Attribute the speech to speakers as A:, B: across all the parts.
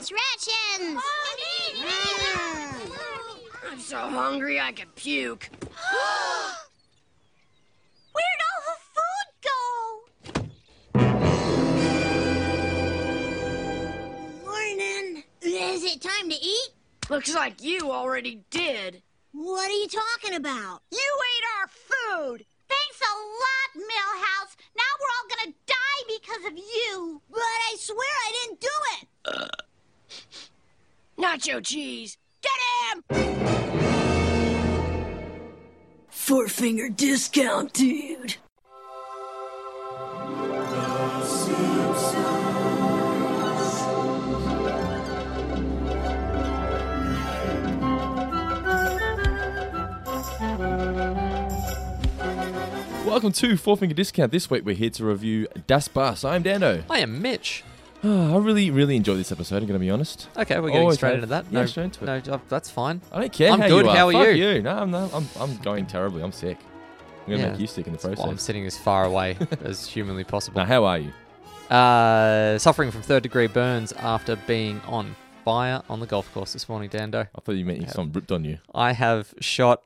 A: Rations! Rations! Mm.
B: I'm so hungry I could puke.
A: Where'd all the food go? Morning. Is it time to eat?
B: Looks like you already did.
A: What are you talking about? You ate our food! Thanks a lot, Millhouse. Now we're all gonna die because of you. But I swear I didn't do it.
B: Nacho cheese.
A: Get him!
C: Four finger discount, dude.
D: Welcome to Four Finger Discount. This week we're here to review Das Bus. I'm Dano.
E: I am Mitch.
D: Ah, I really, really enjoyed this episode, I'm going to be honest.
E: Okay, we're
D: I
E: getting
D: always
E: straight
D: have.
E: into that.
D: Yeah, straight into it.
E: no, uh, that's fine.
D: I don't care
E: I'm
D: how
E: good,
D: you are.
E: how are
D: Fuck
E: you?
D: No, I'm, no, I'm, I'm going terribly. I'm sick. I'm going to
E: Yeah.
D: make you sick in the
E: Well, I'm
D: process.
E: sitting as far away as humanly possible.
D: Now, how are you?
E: Uh, suffering from third degree burns after being on fire on the golf course this morning, Dando.
D: I thought you meant someone ripped on you.
E: I have shot.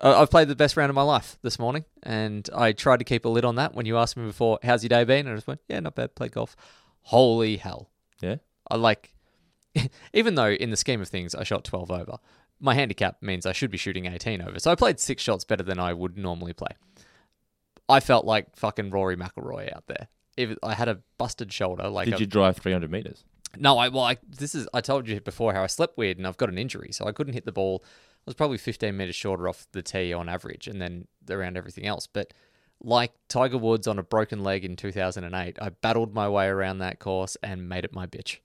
E: Uh, I've played the best round of my life this morning, and I tried to keep a lid on that when you asked me before, "How's your day been?" And I just went, "Yeah, not bad. Played golf. Holy hell!
D: Yeah?
E: I like, even though in the scheme of things, I shot 12 over, my handicap means I should be shooting 18 over. So I played six shots better than I would normally play. I felt like fucking Rory McIlroy out there. If I had a busted shoulder, like
D: Did
E: a-
D: you drive 300 metres?
E: no, I well, I, this is I told you before how I slept weird and I've got an injury, so I couldn't hit the ball. I was probably 15 meters shorter off the tee on average, and then around everything else. But like Tiger Woods on a broken leg in 2008, I battled my way around that course and made it my bitch.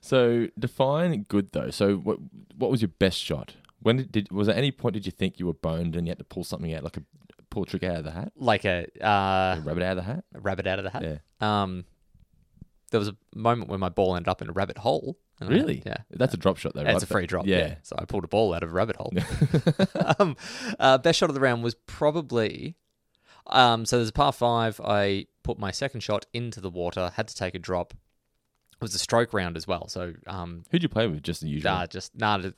D: So, define good, though. So, what what was your best shot? When did, did was at any point did you think you were boned and you had to pull something out, like a pull a trick out of the hat,
E: Like a
D: a
E: uh,
D: rabbit out of the hat?
E: rabbit out of the hat.
D: Yeah.
E: Um, there was a moment where my ball ended up in a rabbit hole. and I-
D: Really?
E: yeah.
D: That's a drop shot, though.
E: That's
D: right?
E: a free drop. Yeah.
D: Yeah.
E: So I pulled a ball out of a rabbit hole. um, uh, best shot of the round was probably. Um, so there's a par five. I put my second shot into the water, had to take a drop. It was a stroke round as well. So um,
D: Who'd you play with? Just the usual.
E: nah, just nah, the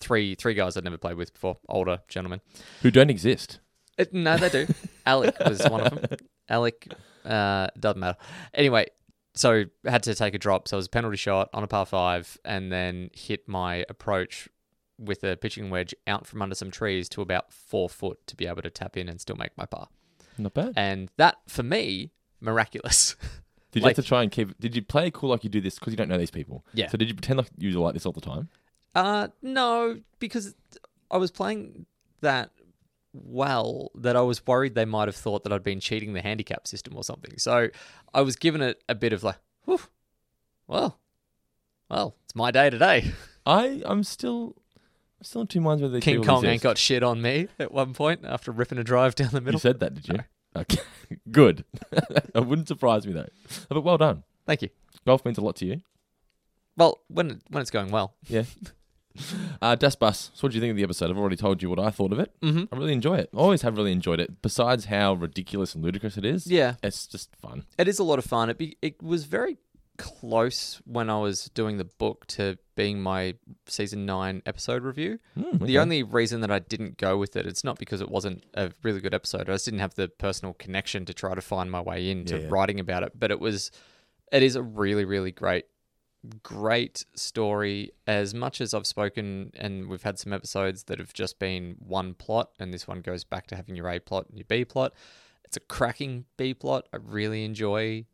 E: three three guys I'd never played with before, older gentlemen.
D: Who don't exist.
E: Uh, no, they do. Alec was one of them. Alec, uh, doesn't matter. Anyway, so had to take a drop. So it was a penalty shot on a par five, and then hit my approach with a pitching wedge out from under some trees to about four foot to be able to tap in and still make my par.
D: Not bad.
E: And that for me, miraculous.
D: Did you
E: Like-
D: have to try and keep? Did you play it cool like you do this because you don't know these people?
E: Yeah.
D: So did you pretend like you were like this all the time?
E: Uh, no, because I was playing that well that I was worried they might have thought that I'd been cheating the handicap system or something. So I was given it a bit of like, Whew, well, well, it's my day today.
D: I I'm still I'm still in two minds whether these
E: King
D: people
E: Kong ain't
D: exist.
E: got shit on me at one point after ripping a drive down the
D: You
E: middle.
D: said that, did you? Okay. Good. it wouldn't surprise me though. But well done.
E: Thank you.
D: Golf means a lot to you.
E: Well, when it, when it's going well,
D: Yeah. Uh, Das Bus. So, what do you think of the episode? I've already told you what I thought of it. Mm-hmm. I really enjoy it. I always have really enjoyed it. Besides how ridiculous and ludicrous it is,
E: Yeah.
D: it's just fun.
E: it is a lot of fun. It be, it was very close when I was doing the book to being my season nine episode review.
D: Hmm,
E: The only reason that I didn't go with it, it's not because it wasn't a really good episode. I just didn't have the personal connection to try to find my way into
D: yeah.
E: writing about it. But it was, it is a really really great great story as much as I've spoken and we've had some episodes that have just been one plot and this one goes back to having your A plot and your B plot. It's a cracking B plot. I really enjoy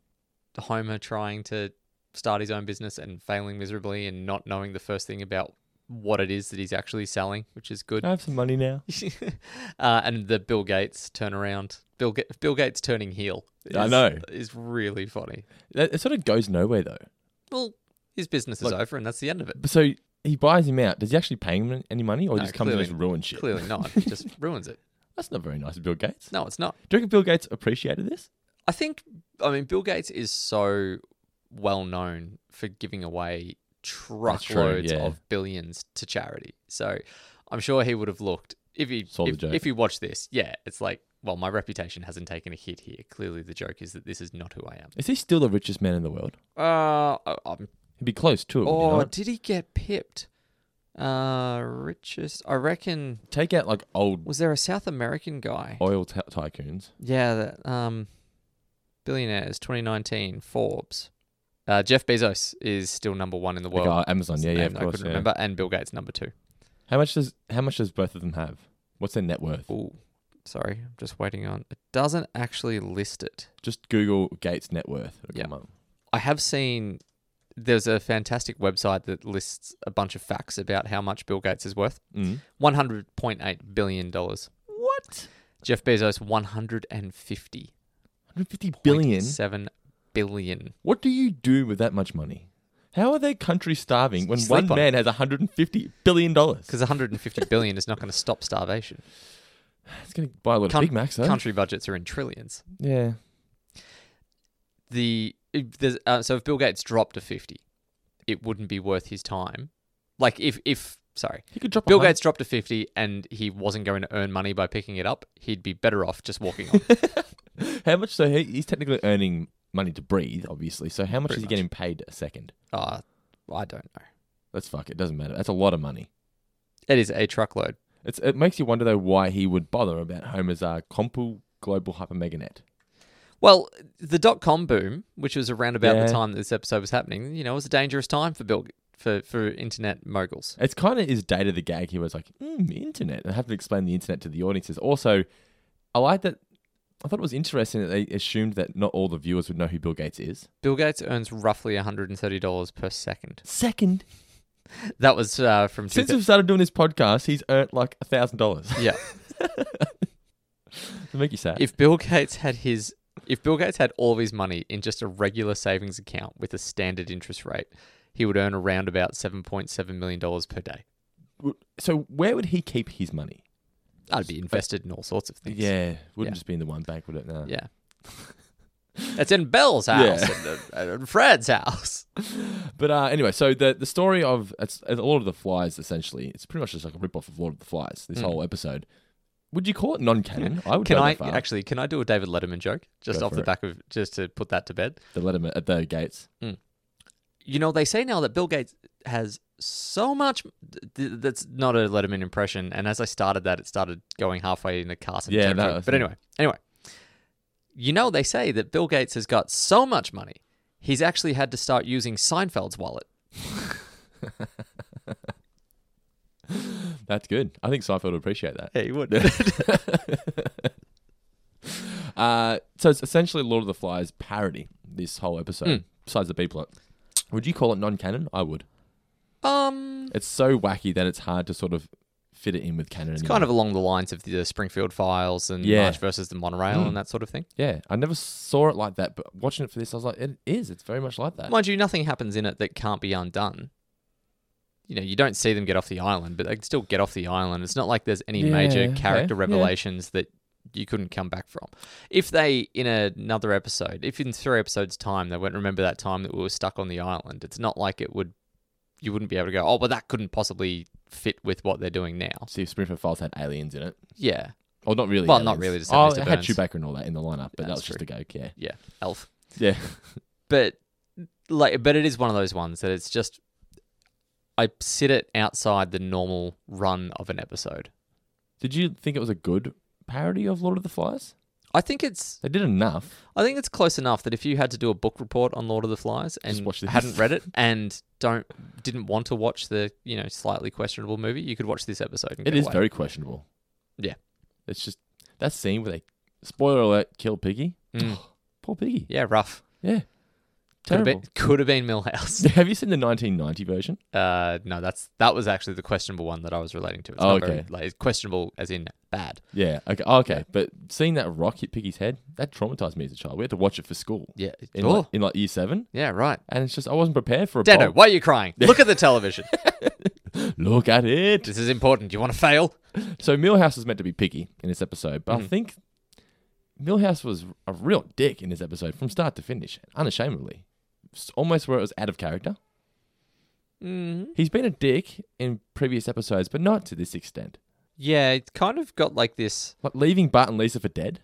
E: the Homer trying to start his own business and failing miserably and not knowing the first thing about what it is that he's actually selling, which is good.
D: I have some money now.
E: uh, and the Bill Gates turnaround. Bill, Ga- Bill Gates turning heel.
D: I
E: is-
D: know.
E: Is really funny.
D: It it sort of goes nowhere though.
E: Well, his business is
D: Like-
E: over and that's the end of it.
D: But So he buys him out. Does he actually pay him any money, or he
E: No,
D: just comes and
E: clearly-
D: just ruins shit?
E: Clearly not. It just ruins it.
D: That's not very nice of Bill Gates.
E: No, it's not.
D: Do you reckon Bill Gates appreciated this?
E: I think, I mean, Bill Gates is so well known for giving away truckloads
D: true, yeah.
E: of billions to charity. So I'm sure he would have looked if he
D: Saw the
E: if,
D: joke.
E: if he watched this. Yeah, it's like well, my reputation hasn't taken a hit here. Clearly, the joke is that this is not who I am.
D: Is he still the richest man in the world?
E: Uh, I- I'm
D: He'd be close to it. would he
E: Oh,
D: not?
E: did he get pipped? Uh, richest. I reckon.
D: Take out like old
E: Was there a South American guy?
D: oil ty tycoons.
E: Yeah, that um, billionaires 2019 Forbes. Uh, Jeff Bezos is still number one in the
D: Like,
E: world.
D: uh, Amazon,
E: It's
D: yeah,
E: the
D: yeah,
E: name
D: of
E: that I
D: course.
E: couldn't
D: yeah.
E: remember. And Bill Gates number two.
D: How much does how much does both of them have? What's their net worth?
E: Ooh, sorry, I'm just waiting on. It doesn't actually list it.
D: Just Google Gates net worth. It'll
E: Yeah.
D: come up.
E: I have seen there's a fantastic website that lists a bunch of facts about how much Bill Gates is worth.
D: Mm.
E: One hundred point eight billion dollars.
D: What?
E: Jeff Bezos one hundred and fifty
D: 150 billion.
E: seven billion.
D: What do you do with that much money? How are their country starving when
E: Sleep
D: one
E: on
D: man has 150 billion dollars?
E: Because 150 billion is not going to stop starvation.
D: it's going to buy a lot
E: Coun-
D: of Big Macs, eh? though.
E: Country budgets are in trillions.
D: Yeah.
E: The if there's, uh, so if Bill Gates dropped to 50, it wouldn't be worth his time. Like if if sorry,
D: He could drop a
E: Bill
D: hun-
E: Gates dropped to 50 and he wasn't going to earn money by picking it up, he'd be better off just walking on.
D: How much? So he, he's technically earning money to breathe, obviously. So how much
E: Pretty
D: is he getting paid a second?
E: uh, I don't know.
D: Let's fuck it. Doesn't matter. That's a lot of money.
E: It is a truckload.
D: It's, it makes you wonder though why he would bother about Homer's uh, Compu Global Hypermeganet.
E: Well, the dot com boom, which was around about
D: Yeah.
E: the time that this episode was happening, you know, it was a dangerous time for Bill for for internet moguls.
D: It's kind of his day to the gag. He was like, mm, internet. And I have to explain the internet to the audiences. Also, I like that. I thought it was interesting that they assumed that not all the viewers would know who Bill Gates is.
E: Bill Gates earns roughly $130 per second.
D: Second,
E: That was uh, from two
D: since we've started doing this podcast, he's earned like a thousand dollars.
E: yeah.
D: To make you sad.
E: If Bill Gates had his if Bill Gates had all of his money in just a regular savings account with a standard interest rate, he would earn around about $7.7 million per day.
D: so, where would he keep his money?
E: I'd be invested in all sorts of things.
D: Yeah, wouldn't
E: Yeah.
D: just be in the one bank, would it? No.
E: Yeah. It's in Bell's house and, uh, and Fred's house.
D: But uh, anyway, so the the story of it's, it's Lord of the Flies essentially. It's pretty much just like a rip off of Lord of the Flies. This whole episode. Would you call it non-canon? I would.
E: Hmm. Can
D: go that
E: I
D: far.
E: actually can I do a David Letterman joke just
D: Go
E: off
D: for
E: the
D: it.
E: back of just to put that to bed?
D: the Letterman at the gates?
E: you know they say now that bill gates has so much th- th- that's not a letterman impression and as i started that it started going halfway into carson
D: Yeah,
E: territory.
D: no, it's
E: but
D: not-
E: anyway anyway you know they say that bill gates has got so much money he's actually had to start using seinfeld's wallet
D: That's good. I think Seinfeld would appreciate that.
E: hey would
D: Uh, so it's essentially Lord of the Flies parody. This whole episode,
E: Hmm.
D: besides the B plot, would you call it non-canon? I would.
E: um
D: It's so wacky that it's hard to sort of fit it in with canon.
E: it's kind of along the lines of the springfield files and
D: Yeah.
E: march versus the monorail and that sort of thing
D: yeah. I never saw it like that, but watching it for this, I was like, it is. It's very much like that.
E: mind you nothing happens in it that can't be undone you know, you don't see them get off the island, but they can still get off the island. It's not like there's any
D: Yeah,
E: major
D: okay,
E: character
D: yeah.
E: revelations that you couldn't come back from. If they, in another episode, if in three episodes' time, they won't remember that time that we were stuck on the island, it's not like it would, you wouldn't be able to go, oh, well, that couldn't possibly fit with what they're doing now.
D: See if Springfield Files had aliens in it.
E: Yeah.
D: Or not really.
E: Well, not
D: aliens.
E: really, just
D: Oh,
E: Mr.
D: it had
E: Burns.
D: Chewbacca and all that in the lineup, but that was
E: That's
D: just a go. Yeah.
E: Yeah. Elf.
D: Yeah.
E: but like but it is one of those ones that it's just I sit it outside the normal run of an episode.
D: Did you think it was a good parody of Lord of the Flies?
E: I think it's
D: They did enough.
E: I think it's close enough that if you had to do a book report on Lord of the Flies and
D: watch this.
E: hadn't read it and don't didn't want to watch the, you know, slightly questionable movie, you could watch this episode and
D: It
E: get
D: is
E: away.
D: very questionable.
E: Yeah.
D: It's just that scene where they spoiler alert kill Piggy.
E: Mm.
D: Poor Piggy.
E: Yeah, rough.
D: Yeah.
E: Could have
D: Terrible.
E: been could have been Millhouse.
D: Have you seen the 1990 version?
E: Uh no, that's that was actually the questionable one that I was relating to. It's
D: Oh,
E: not very,
D: okay.
E: like it's questionable as in bad.
D: Yeah. Okay. Oh, okay. But seeing that rock hit Piggy's head, that traumatized me as a child. We had to watch it for school.
E: Yeah.
D: In,
E: oh,
D: like, in like year seven,
E: yeah, right.
D: and it's just I wasn't prepared for a
E: Dano,
D: bomb.
E: why are you crying? Look at the television.
D: Look at it.
E: this is important. You want to fail?
D: So Millhouse was meant to be Piggy in this episode, but I think Millhouse was a real dick in this episode from start to finish, unashamedly. It's almost where it was out of character.
E: Mm-hmm.
D: He's been a dick in previous episodes, but not to this extent.
E: Yeah, it's kind of got like this.
D: Like leaving Bart and Lisa for dead?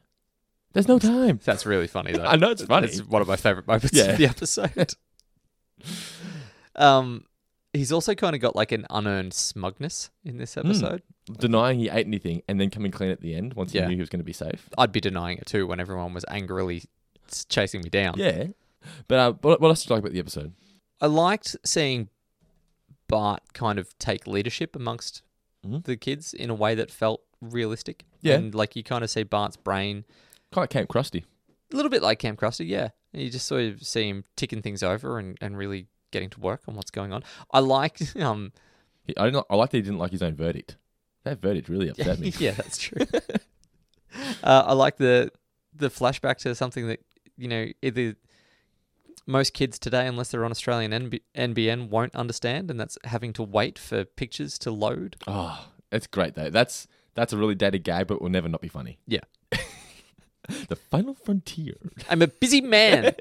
D: There's no time.
E: That's really funny though.
D: I know it's funny.
E: It's one of my favorite moments
D: Yeah.
E: of the episode. um, he's also kind of got like an unearned smugness in
D: Hmm.
E: this episode.
D: Denying he ate anything and then coming clean at the end once he
E: Yeah.
D: knew he was going to be safe.
E: I'd be denying it too when everyone was angrily s- chasing me down.
D: Yeah. But uh, what, what else did you like about the episode?
E: I liked seeing Bart kind of take leadership amongst the kids in a way that felt realistic.
D: Hmm. Yeah.
E: And like you kind of see Bart's brain
D: Kind of Camp Krusty.
E: a little bit like Camp Krusty, yeah. You just sort of see him ticking things over and, and really getting to work on what's going on. I liked um
D: He, I, didn't, like- I like that he didn't like his own verdict. That verdict really upset me.
E: yeah, that's true. uh, I like the the flashback to something that you know either most kids today, unless they're on Australian NB- NBN, won't understand, and that's having to wait for pictures to load.
D: Oh, that's great though. That's that's a really dated gag, but will never not be funny.
E: Yeah,
D: The final frontier.
E: I'm a busy man.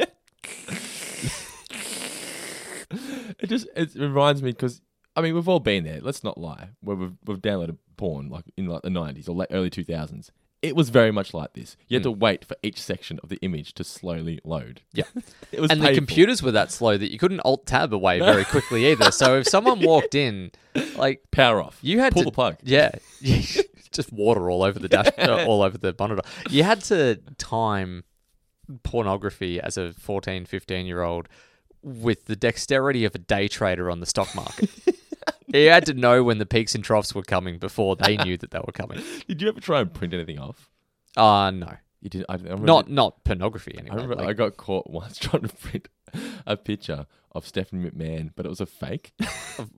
D: It just it reminds me because I mean we've all been there. Let's not lie. Where we've we've downloaded porn like in like the nineties or late early two thousands. It was very much like this. You had
E: Hmm.
D: to wait for each section of the image to slowly load.
E: Yeah.
D: it was
E: and the
D: painful.
E: computers were that slow that you couldn't alt tab away very quickly either. So if someone walked in, like
D: power off.
E: You had
D: pull
E: to
D: the plug.
E: Yeah, just water all over the dash, uh, all over the monitor. You had to time pornography as a 14, 15 year old with the dexterity of a day trader on the stock market. you had to know when the peaks and troughs were coming before they knew that they were coming.
D: Did you ever try and print anything off?
E: Uh no,
D: You did. I, I remember,
E: not not pornography
D: I
E: anyway.
D: remember
E: like-
D: I got caught once trying to print a picture of Stephen McMahon, but it was a fake.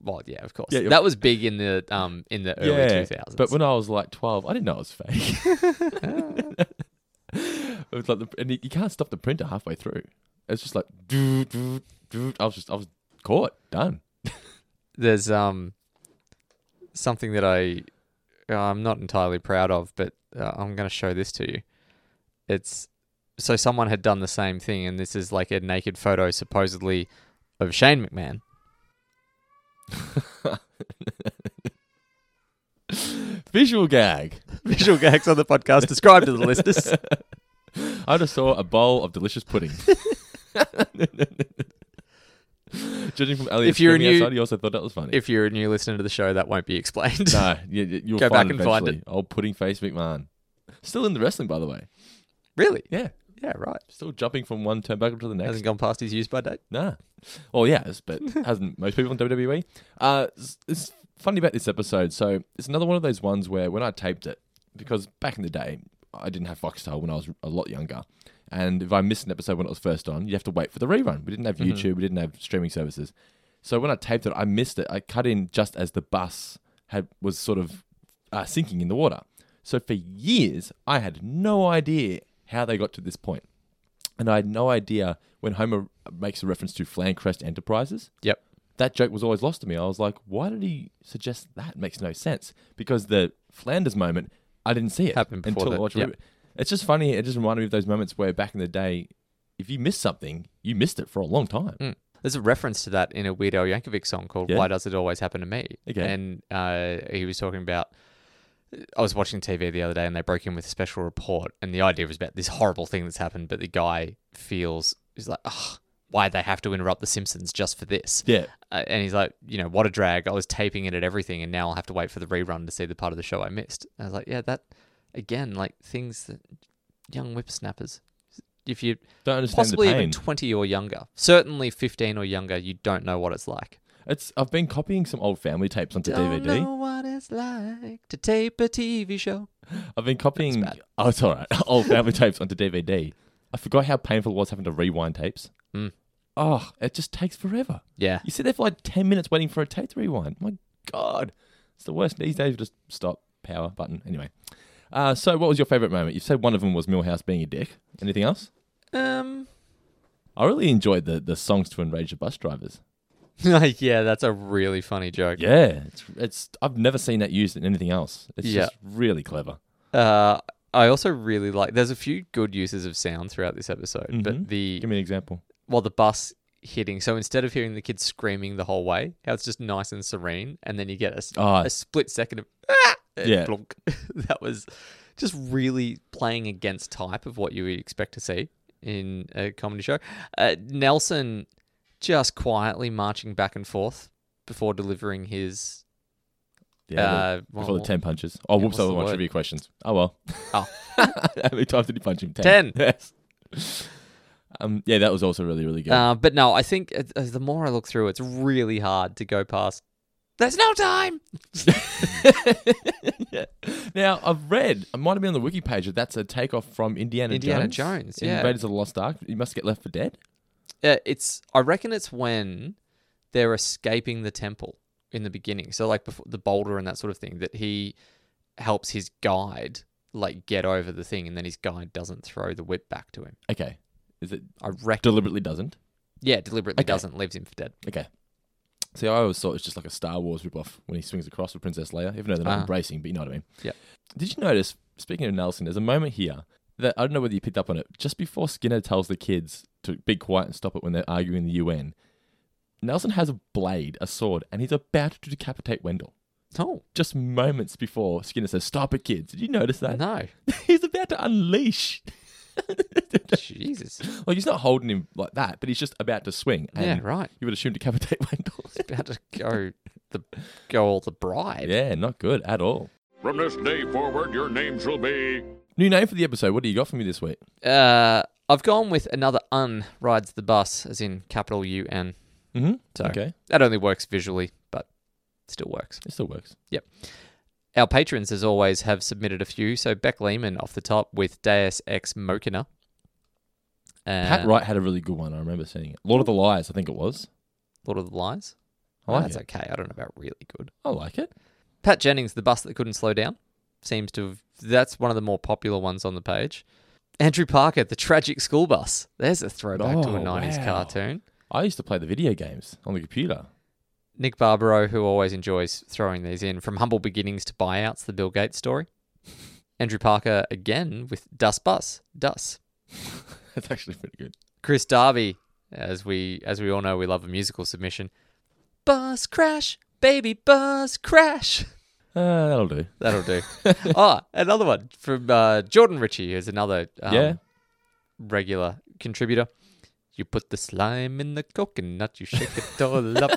E: well, yeah, of course.
D: Yeah, you're-
E: that was big in the um in the early two thousands.
D: But when I was like 12, I didn't know it was fake. it was like, the, and you you can't stop the printer halfway through. It's just like, doo, doo, doo. I was just, I was caught, done.
E: there's um something that I uh, I'm not entirely proud of, but uh, I'm going to show this to you. It's so someone had done the same thing, and this is like a naked photo supposedly of Shane McMahon.
D: Visual gag.
E: Visual gags on the podcast. Describe to the listeners.
D: I just saw a bowl of delicious pudding. Judging from Elliot
E: If you're a
D: screaming
E: new-
D: outside, you also thought that was funny.
E: If you're a new listener to the show, that won't be explained.
D: no, you, you- you'll
E: Go
D: find
E: back
D: it
E: and find
D: eventually. Old pudding face McMahon. Still in the wrestling, by the way.
E: really?
D: Yeah.
E: Yeah, right.
D: Still jumping from one turnbuckle to the next.
E: Hasn't gone past his use by date.
D: Nah. Well, yes, but hasn't most people in WWE? Uh, it's, it's funny about this episode. So it's another one of those ones where when I taped it, because back in the day, I didn't have Foxtel when I was a lot younger. And if I missed an episode when it was first on, you have to wait for the rerun. We didn't have YouTube, we didn't have streaming services. So when I taped it, I missed it. I cut in just as the bus had was sort of uh, sinking in the water. So for years, I had no idea how they got to this point and I had no idea when Homer makes a reference to Flancrest Enterprises.
E: Yep.
D: That joke was always lost to me. I was like, why did he suggest that? Makes no sense because the Flanders moment, I didn't see it
E: Happened before
D: until
E: that,
D: I watched
E: yep.
D: it. It's just funny. It just reminded me of those moments where back in the day, if you missed something, you missed it for a long time.
E: There's a reference to that in a Weird Al Yankovic song called
D: Yeah.
E: "Why Does It Always Happen to Me?"
D: Okay.
E: and uh, he was talking about. I was watching TV the other day, and they broke in with a special report, and the idea was about this horrible thing that's happened, but the guy feels he's like, "Ugh, why they have to interrupt The Simpsons just for this?"
D: Yeah.
E: Uh, and he's like, "You know, what a drag! I was taping it at everything, and now I'll have to wait for the rerun to see the part of the show I missed." And I was like, "Yeah, that again, like things that young whippersnappers, if you
D: Don't understand
E: possibly
D: the pain.
E: even 20 or younger certainly 15 or younger you don't know what it's like
D: it's I've been copying some old family tapes onto
E: don't
D: DVD.
E: know what it's like to tape a tv show
D: I've been copying.
E: bad.
D: Oh, it's all right. Old family tapes onto DVD. I forgot how painful it was having to rewind tapes.
E: Mm.
D: Oh, it just takes forever.
E: yeah
D: You sit there for like 10 minutes waiting for a tape to rewind. My God. It's the worst. These days, just stop, power button. Anyway. Uh, so, what was your favourite moment? You said one of them was Millhouse being a dick. Anything else?
E: um
D: I really enjoyed the, the songs to enrage the bus drivers.
E: yeah that's a really funny joke
D: Yeah, it's, it's I've never seen that used in anything else. It's
E: Yeah.
D: just really clever.
E: uh i also really like there's a few good uses of sound throughout this episode
D: Mhm.
E: but the
D: Give me an example.
E: well the bus hitting so instead of hearing the kids screaming the whole way how it's just nice and serene and then you get a, s-
D: Ah.
E: a split second of and
D: Yeah.
E: plonk. that was just really playing against type of what you would expect to see in a comedy show. Uh, Nelson just quietly marching back and forth before delivering his.
D: Yeah.
E: Uh,
D: well,
E: well,
D: before the
E: well-
D: 10 punches. Oh, whoops,
E: what's
D: I
E: the
D: was one
E: word?
D: trivia questions. Oh, well.
E: Oh,
D: How many times did he punch him?
E: 10.
D: Yes. Um, yeah, that was also really, really good.
E: uh, but no, I think uh, uh, the more I look through, it's really hard to go past. There's no time.
D: yeah. Now, I've read, I might have been on the wiki page, that that's a takeoff from Indiana,
E: Indiana Jones, yeah.
D: Invaders of the Lost Ark. You must get left for dead.
E: Uh, it's I reckon it's when they're escaping the temple in the beginning. So like before the boulder and that sort of thing that he helps his guide like get over the thing and then his guide doesn't throw the whip back to him.
D: Okay. Is it
E: I reckon
D: deliberately doesn't?
E: yeah, deliberately
D: Okay.
E: doesn't leaves him for dead.
D: Okay. See, I always thought it was just like a Star Wars ripoff when he swings across with Princess Leia, even though they're not
E: Ah.
D: embracing, but you know what I mean.
E: Yeah.
D: Did you notice, speaking of Nelson, there's a moment here that I don't know whether you picked up on it, just before Skinner tells the kids to be quiet and stop it when they're arguing in the UN, Nelson has a blade, a sword, and he's about to decapitate Wendell.
E: Oh,
D: Just moments before Skinner says, Stop it, kids. Did you notice that?
E: no.
D: he's about to unleash.
E: Jesus.
D: Like, he's not holding him like that, but he's just about to swing.
E: Yeah,
D: And
E: right.
D: You would assume decapitate Wendell.
E: About to go the go all the bride.
D: yeah, not good at all.
F: From this day forward, your name shall be.
D: New name for the episode. What do you got for me this week?
E: Uh I've gone with another un rides the bus as in capital U N.
D: Mm-hmm.
E: So
D: Okay,
E: that only works visually, but still works.
D: it still works.
E: Our patrons, as always, have submitted a few. So Beck Lehman off the top with Deus Ex Machina. Uh,
D: Pat Wright had a really good one. I remember seeing it. Lord of the Lies, I think it was.
E: Lord of the Lies.
D: I like
E: Oh, That's
D: it.
E: okay. I don't know about really good.
D: I like it.
E: Pat Jennings, the bus that couldn't slow down, seems to have. That's one of the more popular ones on the page. Andrew Parker, the tragic school bus. There's a throwback to a
D: Oh,
E: 90s
D: wow.
E: cartoon.
D: I used to play the video games on the computer.
E: Nick Barbaro, who always enjoys throwing these in, from humble beginnings to buyouts, the Bill Gates story. Andrew Parker again with Dust Bus, Dust.
D: That's actually pretty good.
E: Chris Darby, as we as we all know, we love a musical submission. Bus crash, baby, bus crash.
D: Uh, that'll do.
E: That'll do. oh, another one from uh, Jordan Ritchie, who's another um,
D: Yeah.
E: regular contributor. You put the slime in the coconut, you shake it all up.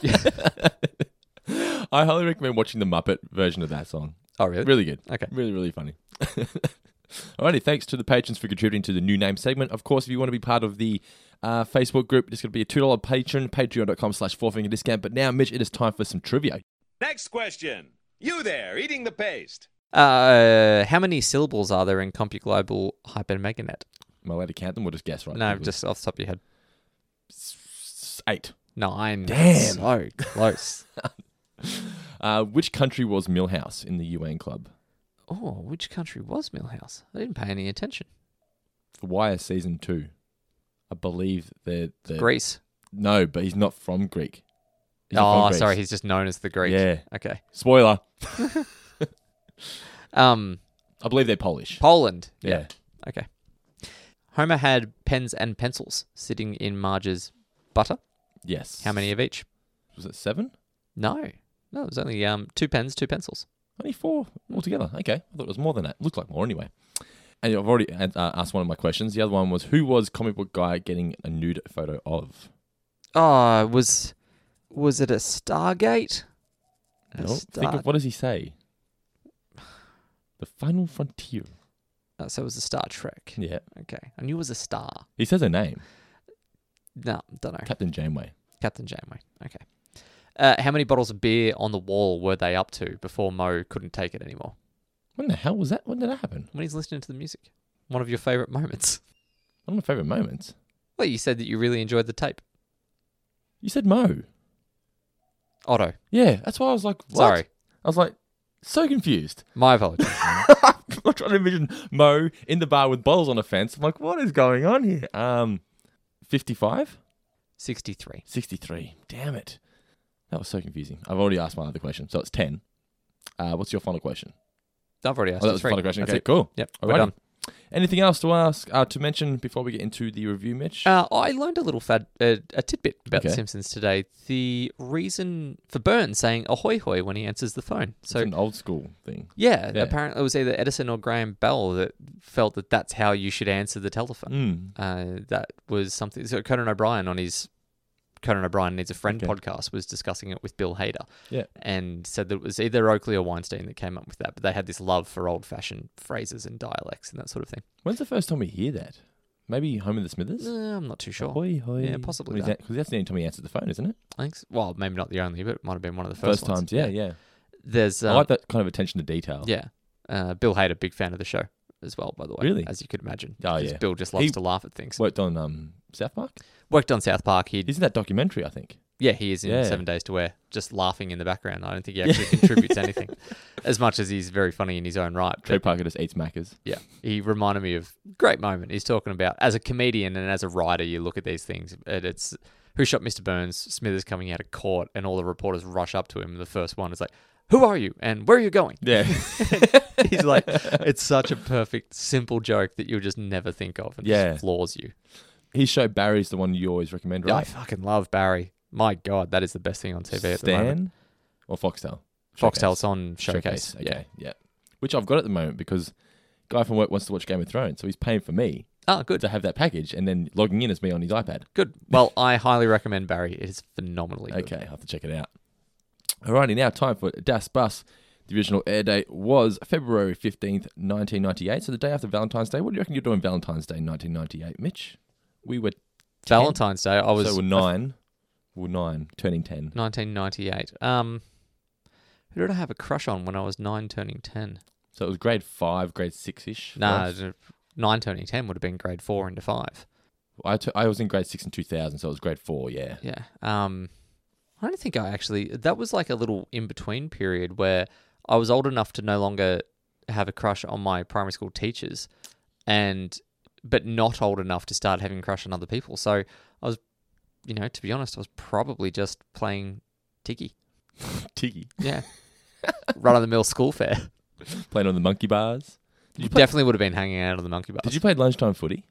D: I highly recommend watching the Muppet version of that song.
E: oh, really?
D: Really good.
E: Okay.
D: Really, really funny. Alrighty, thanks to the patrons for contributing to the new name segment. Of course, if you want to be part of the uh, Facebook group, it's going to be a $2 patron, patreon.com slash fourfinger discount. But now, Mitch, it is time for some trivia.
G: Next question. You there, eating the paste.
E: Uh, how many syllables are there in CompuGlobal Hypermeganet?
D: Am I allowed to count them? We'll just guess right
E: No,
D: quickly.
E: just off the top of your head.
D: S- Eight.
E: Nine.
D: Damn.
E: So close.
D: Uh, which country was Millhouse in the UN Club?
E: oh, which country was Millhouse? I didn't pay any attention.
D: For Wire season two, I believe they're, they're
E: Greece.
D: No, but he's not from Greek. He's not from
E: Oh,
D: Greece.
E: sorry, he's just known as the Greek.
D: Yeah.
E: Okay.
D: spoiler.
E: Um,
D: I believe they're Polish.
E: Poland.
D: yeah.
E: Okay. Homer had pens and pencils sitting in Marge's butter.
D: Yes.
E: How many of each?
D: Was it seven?
E: No, no, it was only um two pens, two pencils.
D: Only four altogether. Okay, I thought it was more than that. Looked like more anyway. And I've already uh, asked one of my questions. The other one was who was comic book guy getting a nude photo of?
E: Oh, it was was it a Stargate? A
D: Well, Think
E: star-
D: of what does he say? The final frontier.
E: oh, so it was a Star Trek.
D: Yeah,
E: Okay, I knew it was a star.
D: he says her name,
E: No, don't know.
D: Captain Janeway.
E: Captain Janeway. Okay. Uh, how many bottles of beer on the wall were they up to before Mo couldn't take it anymore?
D: When the hell was that? When did that happen?
E: When he's listening to the music, one of your favorite moments.
D: One of my favorite moments.
E: Well, you said that you really enjoyed the tape.
D: You said Mo.
E: Otto.
D: Yeah, that's why I was like, what?
E: Sorry.
D: I was like, so confused.
E: My apologies.
D: I'm trying to envision Mo in the bar with bottles on a fence. I'm like, what is going on here? Um, 55?
E: 63.
D: 63. Damn it. That was so confusing. I've already asked my other question, so it's 10. Uh, what's your final question?
E: I've already asked
D: Oh, that
E: you
D: was the
E: three.
D: final question.
E: That's
D: okay,
E: it.
D: cool.
E: Yep.
D: All
E: We're
D: right.
E: done.
D: Anything else to ask, uh, to mention before we get into the review, Mitch?
E: Uh, I learned a little fad, uh, a tidbit about The
D: Okay.
E: Simpsons today. The reason for Burns saying ahoy hoy when he answers the phone. So,
D: it's an old school thing.
E: yeah,
D: Yeah.
E: apparently it was either Edison or Graham Bell that felt that that's how you should answer the telephone.
D: Mm.
E: Uh, that was something. So, Conan O'Brien on his Conan O'Brien Needs a Friend
D: Okay.
E: podcast was discussing it with Bill Hader
D: Yeah.
E: and said that it was either Oakley or Weinstein that came up with that. But they had this love for old fashioned phrases and dialects and that sort of thing.
D: When's the first time we hear that? Maybe Home of the Smithers?
E: Uh, I'm not too sure.
D: Hoi, hoi.
E: Yeah, possibly
D: Because
E: that.
D: that's the only time he answered the phone, isn't it?
E: I think, s- well, maybe not the only, but it might have been one of the first,
D: First,
E: ones.
D: times, yeah, yeah.
E: There's um,
D: I like that kind of attention to detail.
E: Yeah, uh, Bill Hader, big fan of the show as well, by the way.
D: Really?
E: as you could imagine.
D: Oh,
E: 'cause
D: yeah.
E: Bill just loves
D: He-
E: to laugh at things.
D: Worked on um, South Park.
E: Worked on South Park. He
D: He's in that documentary, I think.
E: yeah, he is in
D: Yeah.
E: Seven Days to Wear, just laughing in the background. I don't think he actually contributes anything, as much as he's very funny in his own right.
D: Trey
E: But
D: Parker just eats Maccas.
E: yeah, he reminded me of great moment. He's talking about as a comedian and as a writer, you look at these things, and it's. Who shot Mr. Burns? Smithers coming out of court, and all the reporters rush up to him. The first one is like, "Who are you? And where are you going?"
D: Yeah.
E: He's like, it's such a perfect, simple joke that you'll just never think of and
D: Yeah.
E: just floors you.
D: His show Barry's the one you always recommend,
E: I
D: right?
E: fucking love Barry. My God, that is the best thing on TV at the moment.
D: Stan or Foxtel?
E: Foxtel's on Showcase. Yeah.
D: Okay. Yeah. Which I've got at the moment because guy from work wants to watch Game of Thrones, so he's paying for me
E: Oh, good.
D: to have that package and then logging in as me on his iPad.
E: Good. Well, I highly recommend Barry. It is phenomenally good.
D: Okay, I'll have to check it out. Alrighty, now time for Das Bus. The original air date was February 15th, 1998. So the day after Valentine's Day. What do you reckon you're doing Valentine's Day in 1998, Mitch? We were,
E: Valentine's Day, I was
D: so we're nine. We're nine, turning 10.
E: 1998. Um, who did I have a crush on when I was nine turning 10?
D: So it was grade five, grade six ish.
E: Nah, nine turning 10 would have been grade four into five.
D: I t- I was in grade six in 2000, so it was grade four, yeah.
E: Yeah. Um, I don't think I actually. That was like a little in between period where I was old enough to no longer have a crush on my primary school teachers, and but not old enough to start having a crush on other people. So I was, you know, to be honest, I was probably just playing Tiggy.
D: Tiggy.
E: Yeah. Run of the mill school fair.
D: Playing on the monkey bars. Did you play,
E: Definitely would have been hanging out on the monkey bar.
D: did you play lunchtime footy?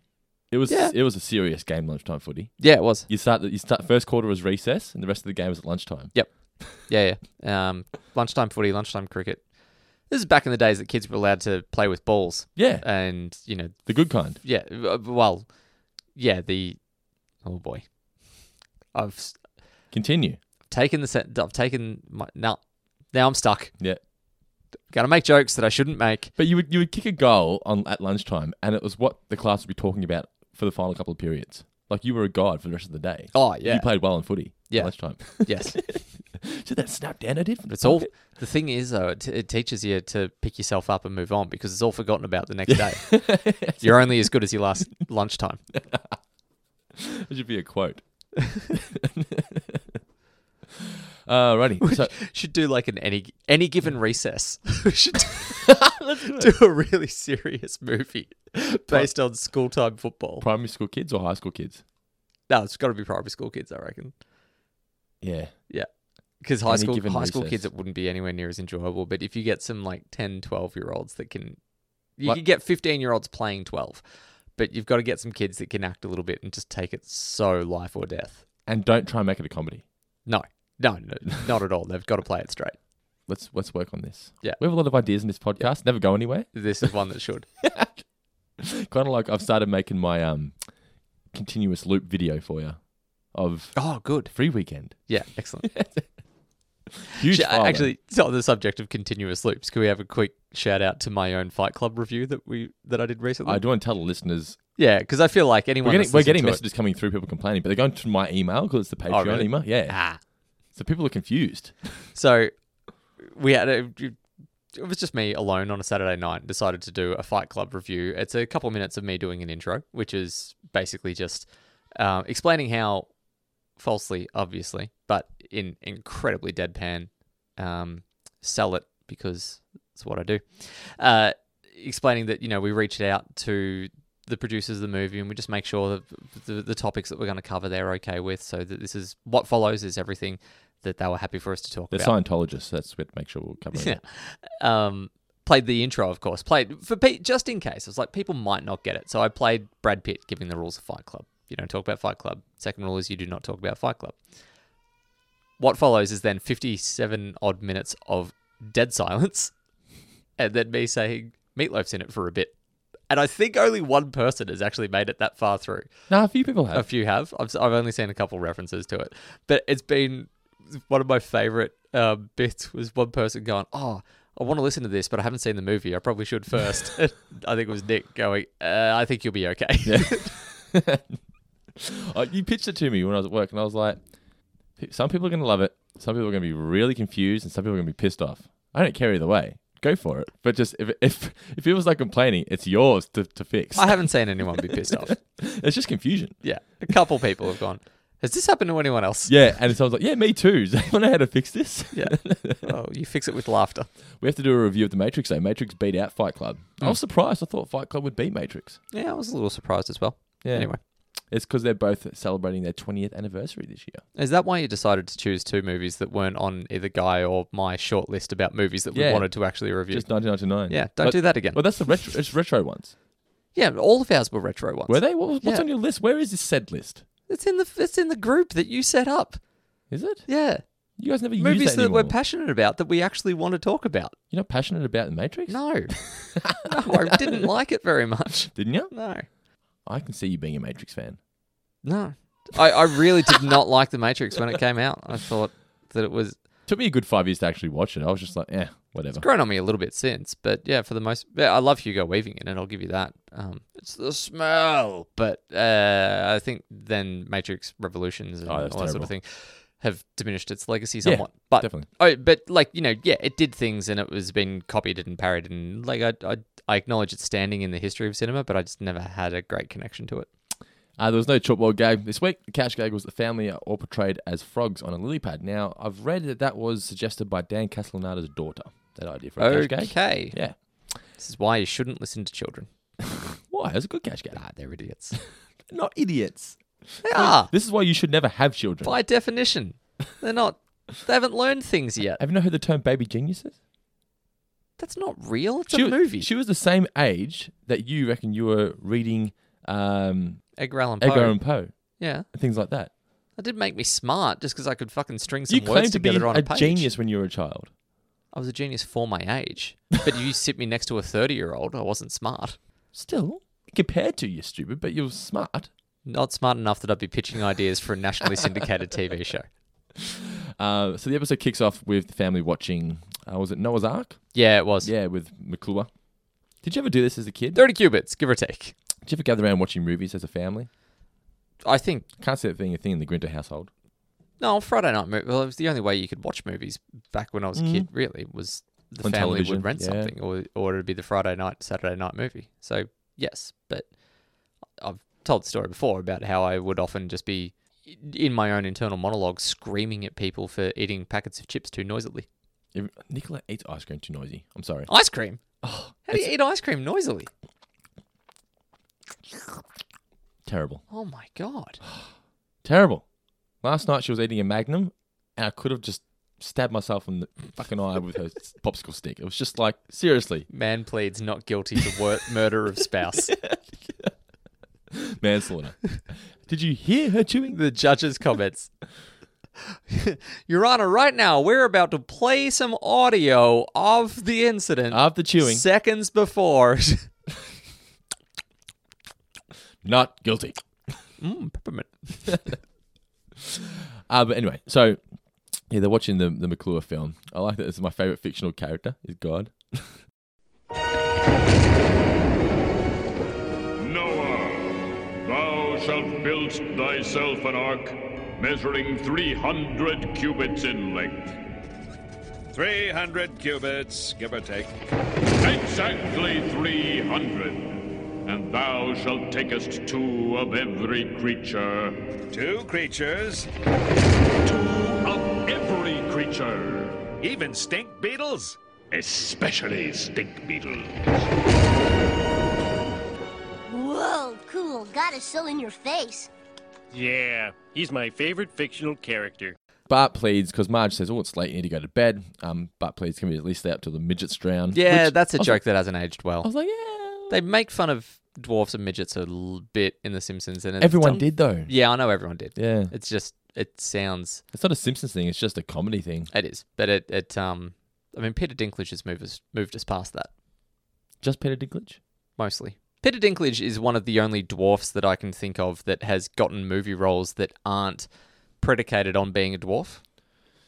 D: It was
E: Yeah.
D: it was a serious game lunchtime footy.
E: Yeah, it was.
D: You start the, you start first quarter was recess and the rest of the game was at lunchtime.
E: Yeah, yeah. Um, lunchtime footy, lunchtime cricket. This is back in the days that kids were allowed to play with balls,
D: Yeah,
E: and you know
D: the good kind.
E: yeah. uh, Well, yeah. The oh boy, I've s-
D: Continue.
E: taken the set. I've taken my now. Now I'm stuck.
D: Yeah.
E: Gotta make jokes that I shouldn't make.
D: But you would you would kick a goal on at lunchtime, and it was what the class would be talking about for the final couple of periods. Like you were a god for the rest of the day.
E: Oh yeah.
D: You played well in footy. at
E: Yeah.
D: lunchtime.
E: yes.
D: See that snap down I did. from the
E: It's all.
D: pocket?
E: The thing is, though, it, it teaches you to pick yourself up and move on because it's all forgotten about the next day. You're only as good as your last lunchtime.
D: That should be a quote. Alrighty. Uh, So
E: Should do like an any any given recess. we should do, do a really serious movie based on school time football.
D: primary school kids or high school kids?
E: No, it's got to be primary school kids, I reckon.
D: Yeah.
E: Because high
D: Any
E: school
D: given
E: high school
D: recess.
E: kids, it wouldn't be anywhere near as enjoyable. But if you get some like 10, 12 year olds that can, you
D: Like-
E: could get fifteen year olds playing twelve, but you've got to get some kids that can act a little bit and just take it so life or death.
D: And don't try and make it a comedy.
E: No, no, no not at all. They've got to play it straight.
D: Let's let's work on this.
E: Yeah.
D: We have a lot of ideas in this podcast. Never go anywhere.
E: This is one that should.
D: kind of like I've started making my um continuous loop video for you of
E: Oh, good.
D: free weekend.
E: Yeah, excellent.
D: Huge
E: Sh-
D: file,
E: actually, it's on the subject of continuous loops, can we have a quick shout out to my own Fight Club review that we that I did
D: though.
E: recently?
D: I do want to tell the listeners
E: yeah, because I feel like anyone
D: we're getting,
E: that's
D: we're
E: listened
D: getting
E: to it-
D: messages coming through people complaining, but they're going to my email because it's the Patreon
E: really?
D: email. Yeah,
E: Ah.
D: so people are confused.
E: So we had a, it was just me alone on a Saturday night. and Decided to do a Fight Club review. It's a couple of minutes of me doing an intro, which is basically just um, explaining how falsely, obviously, but in incredibly deadpan, um, sell it because it's what I do. Uh, explaining that you know we reached out to the producers of the movie and we just make sure that the, the topics that we're going to cover they're okay with so that this is what follows is everything that they were happy for us to talk
D: They're
E: about
D: Scientologists. so That's what make sure we're covering.
E: Yeah.
D: it.
E: um, played the intro, of course. Played for Pete just in case. I was like, people might not get it, so I played Brad Pitt giving the rules of Fight Club. You don't talk about Fight Club. Second rule is you do not talk about Fight Club. What follows is then fifty-seven odd minutes of dead silence, and then me saying meatloaf's in it for a bit. And I think only one person has actually made it that far through.
D: No, a few people
E: A
D: have.
E: few have. I've, I've only seen a couple references to it, but it's been one of my favorite uh, bits. Was one person going, "Oh, I want to listen to this, but I haven't seen the movie. I probably should first. I think it was Nick going, uh, "I think you'll be okay."
D: Uh, you pitched it to me when I was at work, and I was like, some people are going to love it, some people are going to be really confused, and some people are going to be pissed off. I don't care either way. Go for it. But just if if if it was like complaining, it's yours to, to fix.
E: I haven't seen anyone be pissed off.
D: it's just confusion.
E: Yeah, a couple people have gone. Has this happened to anyone else?
D: Yeah, and so I was like, yeah, me too. Does anyone know how to fix this?
E: Yeah. Oh, you fix it with laughter.
D: We have to do a review of the Matrix though. Matrix beat out Fight Club.
E: Mm.
D: I was surprised. I thought Fight Club would beat Matrix.
E: Yeah, I was a little surprised as well.
D: Yeah.
E: Anyway,
D: It's because they're both celebrating their 20th anniversary this year.
E: is that why you decided to choose two movies that weren't on either Guy or my short list about movies that we
D: Yeah.
E: wanted to actually review?
D: Just 1999.
E: Yeah, don't
D: But-
E: do that again.
D: Well, that's the retro. it's retro ones.
E: Yeah, all of ours were retro ones.
D: Were they? What, was- what's
E: Yeah.
D: on your list? Where is this said list?
E: It's in the it's in the group that you set up.
D: Is it?
E: Yeah,
D: You guys never use
E: movies
D: that,
E: that
D: anymore.
E: we're passionate about that we actually want to talk about.
D: You're not passionate about the Matrix?
E: No, no, I didn't like it very much.
D: Didn't you?
E: No,
D: I can see you being a Matrix fan.
E: no, I, I really did not like The Matrix when it came out. I thought that it was
D: Took me a good five years to actually watch it. I was just like, eh, whatever.
E: grown on me a little bit since, but yeah, for the most, yeah, I love Hugo Weaving in it. I'll give you that. Um, it's the smell, but uh, I think then Matrix Revolutions and
D: Oh,
E: all
D: that's
E: that sort
D: terrible.
E: of thing have diminished its legacy
D: Yeah,
E: somewhat. but
D: definitely.
E: oh, but like you know, yeah, it did things and it was been copied and parodied and like I, I I acknowledge its standing in the history of cinema, but I just never had a great connection to it.
D: Uh, there was no chalkboard gag this week. The couch gag was the family are all portrayed as frogs on a lily pad. Now, I've read that that was suggested by Dan Castellaneta's daughter. That idea for a couch gag.
E: Okay,
D: Yeah.
E: this is why you shouldn't listen to children.
D: Why? It was a good couch gag.
E: Ah, they're idiots.
D: Not idiots.
E: they are
D: This is why you should never have children.
E: by definition. They're not. They haven't learned things yet.
D: Have you not heard the term baby geniuses?
E: That's not real. It's
D: she
E: a
D: was,
E: movie.
D: She was the same age that you reckon you were reading um,
E: Edgar Allan Poe.
D: Edgar Allan Poe
E: Yeah,
D: and things like that.
E: that did make me smart just because I could fucking string some
D: You claimed
E: words
D: to be
E: together on
D: a
E: a page.
D: genius when you were a child.
E: I was a genius for my age, but you sit me next to a thirty-year-old. I wasn't smart.
D: Still, compared to you, stupid, but you're smart.
E: Not smart enough that I'd be pitching ideas for a nationally syndicated TV show.
D: Uh, so the episode kicks off with the family watching. Uh, was it Noah's Ark?
E: Yeah, it was.
D: Yeah, with McClure. Did you ever do this as a kid? Did
E: Thirty cubits, give or take.
D: you ever gather around watching movies as a family?
E: I think
D: Can't see that being a thing in the Grinter household.
E: no Friday night movie. Well, it was the only way you could watch movies back when I was a kid. Really, was the
D: Mm-hmm. On
E: family
D: television,
E: would rent
D: yeah.
E: something, or or it'd be the Friday night, Saturday night movie. So yes, but I've told the story before about how I would often just be in my own internal monologue screaming at people for eating packets of chips too noisily.
D: If, Nicola eats ice cream too noisy. I'm sorry.
E: Ice cream. Oh, how do you eat ice cream noisily?
D: Terrible.
E: Oh my god.
D: Terrible. Last night she was eating a Magnum, and I could have just stabbed myself in the fucking eye with her s- popsicle stick. It was just like, seriously,
E: Man pleads not guilty to wor- murder of spouse.
D: manslaughter. Did you hear her chewing?
E: the judge's comments. Your Honor, right now we're about to play some audio of the incident
D: After chewing,
E: seconds before.
D: not guilty.
E: Mm, peppermint.
D: Uh, but anyway, so yeah, they're watching the the McClure film. I like that. This is my favorite fictional character is God.
F: Noah, thou shalt build thyself an ark measuring 300 cubits in length.
G: 300 cubits, give or take.
F: Exactly 300. And thou shalt takest two of every creature.
G: Two creatures,
F: Two of every creature.
G: even stink beetles.
F: Especially stink beetles.
A: Whoa, cool. Got is so in your face.
H: Yeah, he's my favorite fictional character.
D: Bart pleads because Marge says, "Oh, it's late. You need to go to bed." Um, Bart pleads, "Can we at least stay up till the midgets drown?"
E: Yeah,
D: Which
E: that's a
D: I was
E: joke that hasn't aged well.
D: like- I was like, "Yeah."
E: they make fun of dwarfs and midgets a l- bit in The Simpsons, and it's
D: Everyone
E: done-
D: did though.
E: Yeah, I know everyone did.
D: Yeah.
E: It's just it sounds
D: It's not a Simpsons thing. It's just a comedy thing.
E: it is, but it it um I mean Peter Dinklage has moved us moved us past that
D: Just Peter Dinklage.
E: mostly. Peter Dinklage is one of the only dwarfs that I can think of that has gotten movie roles that aren't predicated on being a dwarf.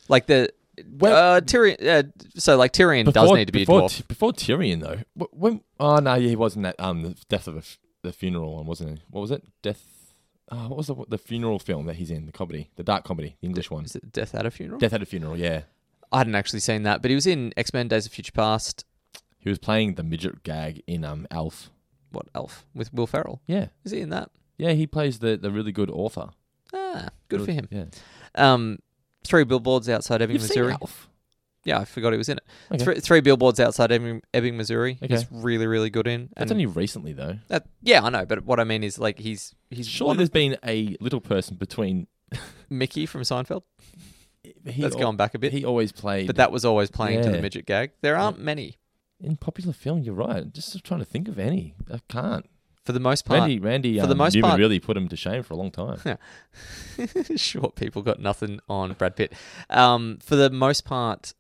E: Like the
D: Well-
E: uh, Tyrion, uh, so like Tyrion does need to be a
D: before,
E: dwarf.
D: Ty- before Tyrion though. Wh- When? Oh no, yeah, he wasn't that. Um, the death of a f- the funeral one, wasn't he? What was it? Death. Uh, what was the the funeral film that he's in? The comedy, the dark comedy, the English one.
E: Is it Death at a Funeral?
D: Death at a funeral. Yeah,
E: I hadn't actually seen that, but he was in X Men: Days of Future Past.
D: he was playing the midget gag in um Alf.
E: What Elf with Will Ferrell?
D: Yeah,
E: Is he in that?
D: yeah, he plays the the really good author.
E: Ah, good for him.
D: Yeah,
E: Um, three billboards outside Ebbing,
D: you've seen
E: Missouri.
D: Alf.
E: Yeah, I forgot he was in it.
D: Okay.
E: Three, three billboards outside Ebbing, Ebbing Missouri.
D: Okay.
E: He's really, really good in.
D: That's
E: and
D: only recently though.
E: that- yeah, I know. But what I mean is, like, he's he's
D: Surely
E: one
D: there's
E: of
D: been a little person between.
E: Mickey from Seinfeld.
D: He
E: That's
D: al-
E: gone back a bit.
D: He always played,
E: but that was always playing to the
D: Yeah.
E: midget gag. There aren't many,
D: in popular film. You're right. Just trying to think of any. I can't.
E: for the most part.
D: Randy, Randy,
E: for
D: um,
E: the most
D: Newman
E: part-
D: really put him to shame for a long time.
E: short people got nothing on Brad Pitt. Um, for the most part,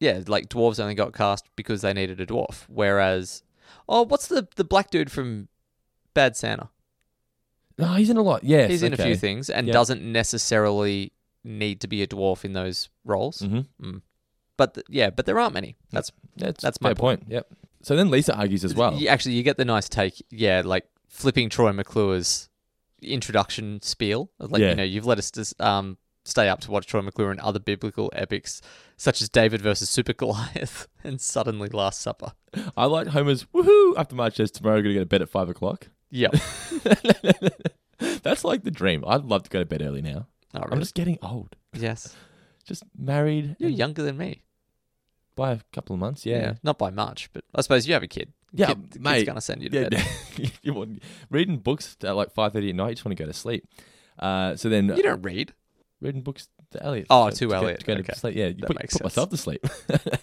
E: yeah, like dwarves only got cast because they needed a dwarf. Whereas, oh, what's the the black dude from Bad Santa?
D: No, he's in a lot. Yes,
E: He's in a few
D: okay.
E: things and
D: Yeah.
E: doesn't necessarily need to be a dwarf in those roles.
D: Mhm.
E: Mm. But th- yeah, but there aren't many. That's
D: That's,
E: That's my
D: my point. Yep. So then Lisa argues as well.
E: you- actually you get the nice take. Yeah, like flipping Troy McClure's introduction spiel. of Like
D: Yeah.
E: you know, you've let us dis- um stay up to watch Troy McClure and other biblical epics such as David versus Super Goliath and suddenly Last Supper.
D: I like Homer's woohoo after March says tomorrow we're gonna go to bed at five o'clock.
E: Yeah.
D: That's like the dream. I'd love to go to bed early now. I'm
E: Not really.
D: just getting old.
E: yes.
D: Just married
E: You're
D: and
E: younger than me.
D: by a couple of months. Yeah.
E: Not by much, but I suppose you have a kid.
D: Yeah,
E: Kid- the
D: mate.
E: Kid's gonna send you to
D: Yeah,
E: bed.
D: yeah. you want, reading books at like five thirty at night. You just want to go to sleep. Uh, so then
E: You don't read.
D: reading books to Elliot.
E: Oh,
D: uh,
E: to
D: go-
E: Elliot,
D: To go to
E: okay.
D: sleep. Yeah, you
E: That
D: put,
E: makes
D: put
E: sense.
D: myself to sleep.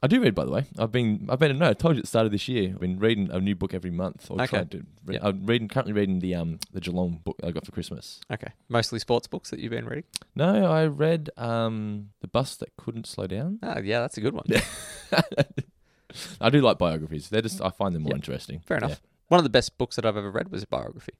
D: I do read, by the way. I've been, I've been, no, I told you at the start of this year. I've been reading a new book every month. Or
E: Okay.
D: trying to. Read,
E: Yeah.
D: I'm reading, currently reading the um the Geelong book I got for Christmas.
E: Okay. Mostly sports books that you've been reading.
D: No, I read um the bus that couldn't slow down.
E: Oh, yeah, that's a good one.
D: I do like biographies. They're just, I find them more
E: Mm-hmm. Yeah.
D: interesting.
E: Fair enough. One of the best books that I've ever read was a biography.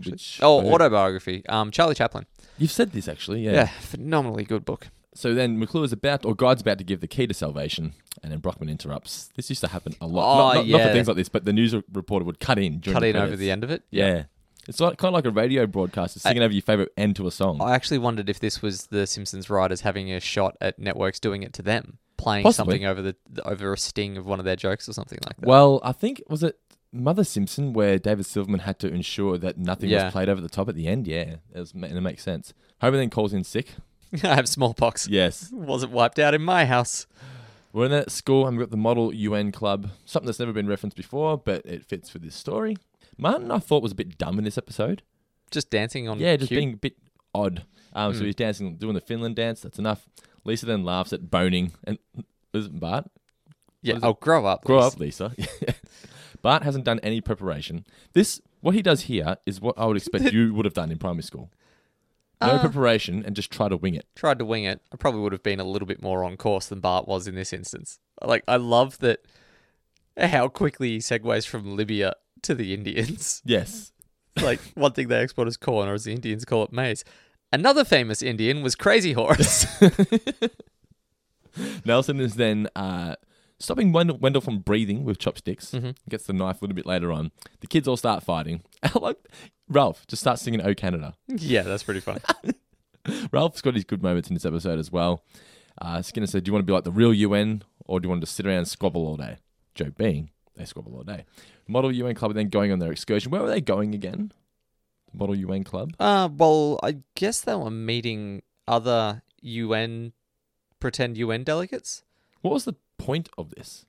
D: Yeah. Which-
E: Oh, autobiography. Um, Charlie Chaplin.
D: You've said this actually,
E: Yeah. phenomenally good book.
D: So then McClure's about, or God's about to give the key to salvation, and then Brockman interrupts. This used to happen a lot.
E: Oh,
D: not, not, not
E: yeah.
D: for things like this, but the news reporter would cut in during
E: Cut
D: the
E: in over
D: credits.
E: the end of it.
D: Yeah. It's like, kind of like a radio broadcaster singing over your favorite end to a song.
E: I actually wondered if this was the Simpsons writers having a shot at networks doing it to them, playing
D: Possibly.
E: something over the over a sting of one of their jokes or something like that.
D: well, I think, was it Mother Simpson where David Silverman had to ensure that nothing
E: Yeah.
D: was played over the top at the end? Yeah. It, was, and it makes sense. Homer then calls in sick.
E: I have smallpox.
D: Yes.
E: Wasn't wiped out in my house.
D: We're in that school and we've got the Model UN Club, something that's never been referenced before, but it fits with this story. Martin, I thought, was a bit dumb in this episode.
E: Just dancing on
D: Yeah, just
E: cue.
D: being a bit odd. Um, So he's dancing, doing the Finland dance. That's enough. Lisa then laughs at boning, and isn't Bart?
E: yeah. Oh, grow up.
D: Grow
E: please.
D: up, Lisa. Bart hasn't done any preparation. This what he does here is what I would expect you would have done in primary school. No preparation and just try to wing it.
E: tried to wing it, I probably would have been a little bit more on course than Bart was in this instance. Like, I love that how quickly he segues from Libya to the Indians.
D: Yes.
E: like, one thing they export is corn, or as the Indians call it, maize. Another famous Indian was Crazy Horse.
D: Nelson is then uh, stopping Wendell, Wendell from breathing with chopsticks. Gets the knife a little bit later on. The kids all start fighting. I like Ralph just starts singing "Oh Canada."
E: yeah, that's pretty fun.
D: Ralph's got his good moments in this episode as well. Uh, Skinner said, "Do you want to be like the real UN, or do you want to sit around and squabble all day?" Joke being, they squabble all day. Model UN Club are then going on their excursion. Where were they going again? The Model UN Club.
E: Uh, well, I guess they were meeting other UN, pretend UN delegates.
D: What was the point of this?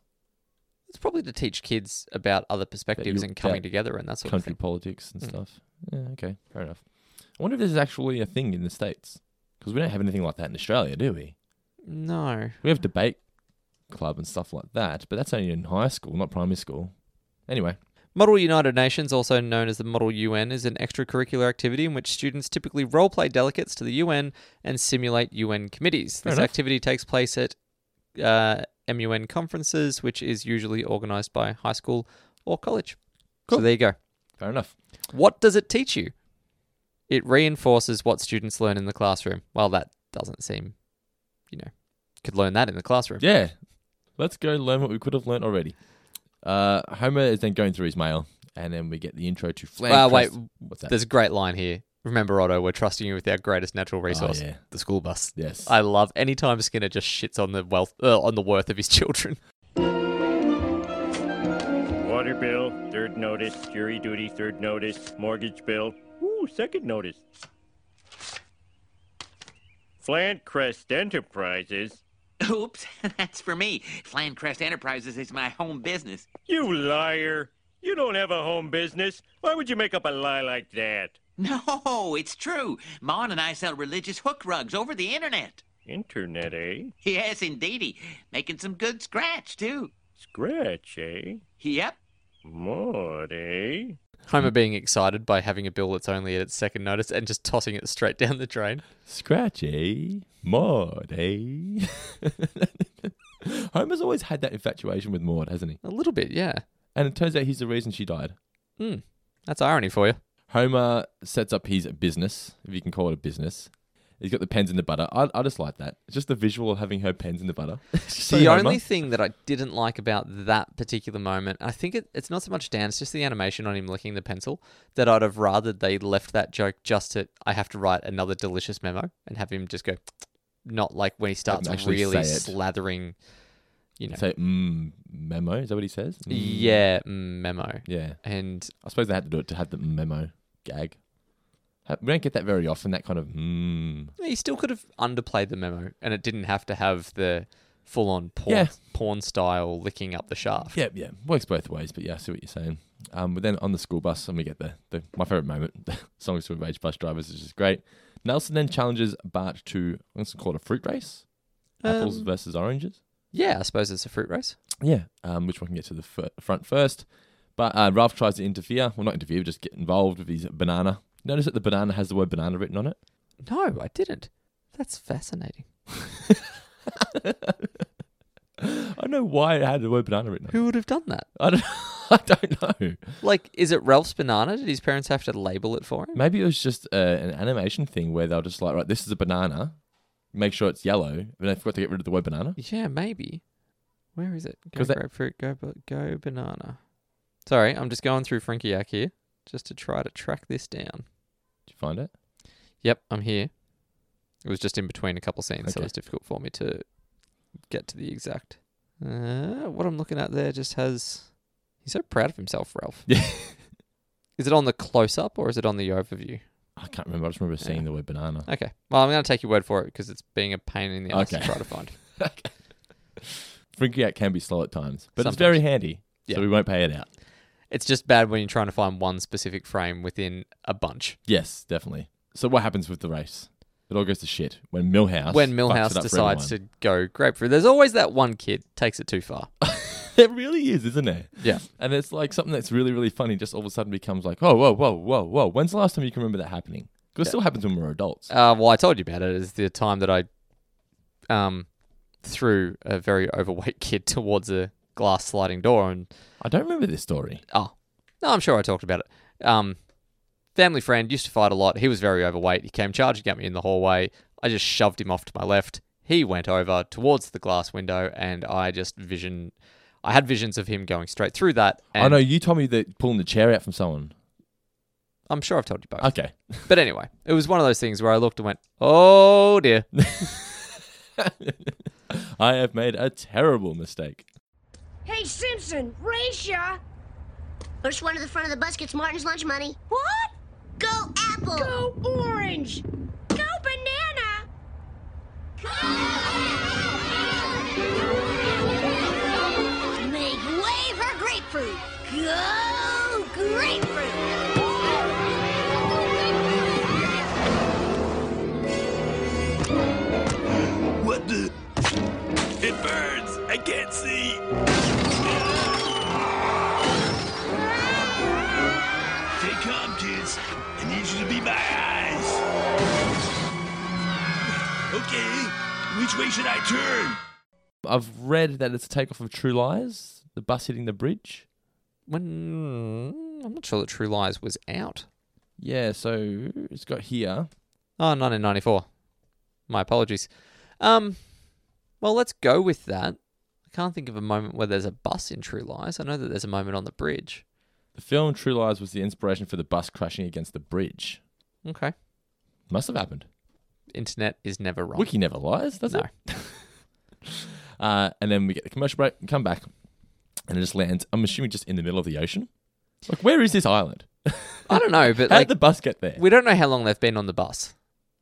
E: It's probably to teach kids about other perspectives
D: you-
E: and coming
D: yeah.
E: together and that sort
D: Country
E: of thing.
D: politics and stuff. Yeah, okay, fair enough. I wonder if this is actually a thing in the states. Because we don't have anything like that in Australia, do we?
E: No.
D: We have debate club and stuff like that, but that's only in high school, not primary school. Anyway,
E: Model United Nations, also known as the Model UN, is an extracurricular activity in which students typically roleplay delegates to the UN and simulate UN committees.
D: Fair
E: this
D: enough.
E: activity takes place at uh, MUN conferences, which is usually organized by high school or college.
D: Cool.
E: So there you go.
D: fair enough.
E: What does it teach you? It reinforces what students learn in the classroom. Well, that doesn't seem, you know, could learn that in the classroom.
D: Yeah. Let's go learn what we could have learned already. Uh, Homer is then going through his mail, and then we get the intro to Flan.
E: Uh, wait,
D: Crest- what's that?
E: There's a great line here. Remember, Otto, we're trusting you with our greatest natural resource,
D: Oh, yeah.
E: the school bus.
D: Yes.
E: I love any time Skinner just shits on the wealth, uh, on the worth of his children.
H: Water bill, third notice, jury duty, third notice, mortgage bill, ooh, second notice. Flant Crest Enterprises?
I: Oops, that's for me. Flandcrest Enterprises is my home business.
H: You liar! You don't have a home business. Why would you make up a lie like that?
I: No, it's true. Mon and I sell religious hook rugs over the internet.
H: Internet, eh?
I: Yes, indeedy. Making some good scratch, too.
H: Scratch, eh?
I: Yep.
H: Maud, eh?
E: Homer being excited by having a bill that's only at its second notice and just tossing it straight down the drain.
D: Scratchy Maud, eh? Homer's always had that infatuation with Maud, hasn't he?
E: A little bit, yeah.
D: And it turns out he's the reason she died.
E: That's irony for you.
D: Homer sets up his business, if you can call it a business. He's got the pens in the butter. I, I just like that. It's just the visual of having her pens in the butter. It's just so
E: the
D: Homer.
E: only thing that I didn't like about that particular moment, I think it, it's not so much Dan, it's just the animation on him licking the pencil that I'd have rather they left that joke just at I have to write another delicious memo and have him just go, not like when he starts
D: actually
E: really
D: say it.
E: slathering, you know,
D: Say, mm, memo. Is that what he says? Mm.
E: yeah, memo.
D: Yeah.
E: And
D: I suppose they had to do it to have the memo gag. Ha- We don't get that very often, that kind of mm.
E: he still could have underplayed the memo and it didn't have to have the full on porn,
D: Yeah.
E: porn style licking up the shaft.
D: Yeah, yeah. Works both ways, but yeah, I see what you're saying. Um, but then on the school bus, and we get the, the my favorite moment, the songs to rage bus drivers, which is great. Nelson then challenges Bart to, I'm going to call it a fruit race. Apples
E: Um,
D: versus oranges.
E: yeah, I suppose it's a fruit race.
D: Yeah, um, which one can get to the fir- front first. But uh, Ralph tries to interfere. Well, not interfere, just get involved with his banana. Notice that the banana has the word banana written on it.
E: No, I didn't. That's fascinating.
D: I don't know why it had the word banana written on it.
E: Who would have done that?
D: I don't, I don't know.
E: Like, is it Ralph's banana? Did his parents have to label it for him?
D: Maybe it was just uh, an animation thing where they'll just like, right, this is a banana. Make sure it's yellow. And they forgot to get rid of the word banana.
E: Yeah, maybe. Where is it? Go
D: 'Cause that-
E: grapefruit, go ba- go banana. Sorry, I'm just going through Frinkiyak here just to try to track this down.
D: Did you find it?
E: Yep, I'm here. It was just in between a couple scenes, so
D: Okay.
E: it was difficult for me to get to the exact. Uh, what I'm looking at there just has. He's so proud of himself, Ralph.
D: Yeah.
E: Is it on the close up or is it on the overview?
D: I can't remember. I just remember seeing the word banana.
E: Okay. Well, I'm going to take your word for it because it's being a pain in the ass
D: Okay.
E: to try to find.
D: Frinkiac can be slow at times, but it's very handy.
E: Yeah.
D: So we won't pay it out.
E: It's just bad when you're trying to find one specific frame within a bunch.
D: Yes, definitely. So what happens with the race? It all goes to shit when Millhouse
E: when
D: fucks it
E: Millhouse
D: up for
E: decides
D: everyone.
E: to go grapefruit, there's always that one kid takes it too far.
D: It really is, isn't it?
E: Yeah.
D: And it's like something that's really, really funny. Just all of a sudden becomes like, oh, whoa, whoa, whoa, whoa. When's the last time you can remember that happening? Because it still happens when we're adults.
E: Uh, well, I told you about it. Is the time that I um, threw a very overweight kid towards a glass sliding door, and
D: I don't remember this story.
E: oh, no, I'm sure I talked about it. Um, family friend used to fight a lot. He was very overweight. He came charging at me in the hallway. I just shoved him off to my left. He went over towards the glass window, and I just vision. I had visions of him going straight through that. And
D: I know you told me that pulling the chair out from someone.
E: I'm sure I've told you both.
D: Okay.
E: But anyway, it was one of those things where I looked and went, "Oh dear."
D: I have made a terrible mistake.
B: Hey, Simpson, Raisha!
J: First one to the front of the bus gets Martin's lunch money.
A: What?
J: Go Apple!
B: Go orange!
A: Go banana! Make way for grapefruit! Go grapefruit!
K: It burns! I can't see! Stay calm, kids. I need you to be my eyes. Okay, which way should I turn?
D: I've read that it's a takeoff of True Lies, the bus hitting the bridge.
E: When mm, I'm not sure that True Lies was out.
D: Yeah, so it's got here.
E: Oh, 1994. My apologies. Um, well, let's go with that. I can't think of a moment where there's a bus in True Lies. I know that there's a moment on the bridge.
D: The film True Lies was the inspiration for the bus crashing against the bridge.
E: Okay.
D: Must have happened.
E: Internet is never wrong.
D: Wiki never lies, does
E: no.
D: it? Uh, and then we get the commercial break, and come back, and it just lands. I'm assuming just in the middle of the ocean. Like, where is this island?
E: I don't know, but
D: How
E: like
D: did the bus get there?
E: we don't know how long they've been on the bus.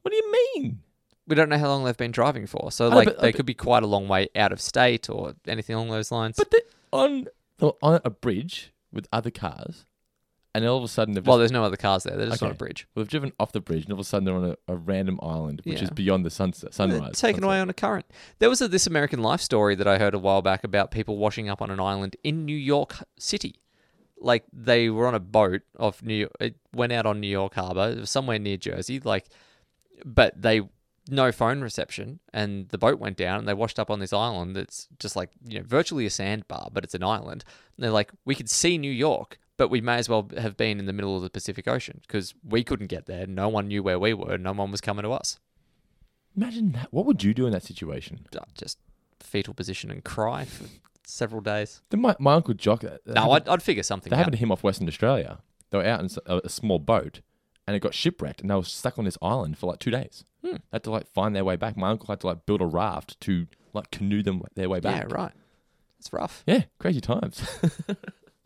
D: What do you mean?
E: We don't know how long they've been driving for. So
D: know,
E: like
D: Oh, but-
E: they
D: but-
E: could be quite a long way out of state or anything along those lines.
D: But they're on the, on a bridge with other cars, and all of a sudden they've
E: well,
D: just,
E: there's no other cars there. They're just on a
D: Okay.
E: bridge.
D: well, they've driven off the bridge, and all of a sudden they're on a, a random island, which is
E: Yeah.
D: beyond the sunset sunrise. sunset.
E: Taken away on a current. There was a This American Life story that I heard a while back about people washing up on an island in New York City. Like they were on a boat off New York, it went out on New York Harbor, it was somewhere near Jersey, like, but they no phone reception and the boat went down and they washed up on this island that's just like, you know, virtually a sandbar, but it's an island. And they're like, we could see New York, but we may as well have been in the middle of the Pacific Ocean because we couldn't get there. No one knew where we were. No one was coming to us.
D: Imagine that. What would you do in that situation?
E: uh, just fetal position and cry for several days.
D: Then my, my uncle Jock. that- that
E: No,
D: happened-
E: I'd, I'd figure something
D: That
E: out.
D: happened to him off Western Australia. They were out in s- a, a small boat, and it got shipwrecked, and they were stuck on this island for like two days.
E: Hmm.
D: They had to like find their way back. My uncle had to like build a raft to like canoe them their way
E: Yeah,
D: back.
E: right. It's rough.
D: Yeah, crazy times.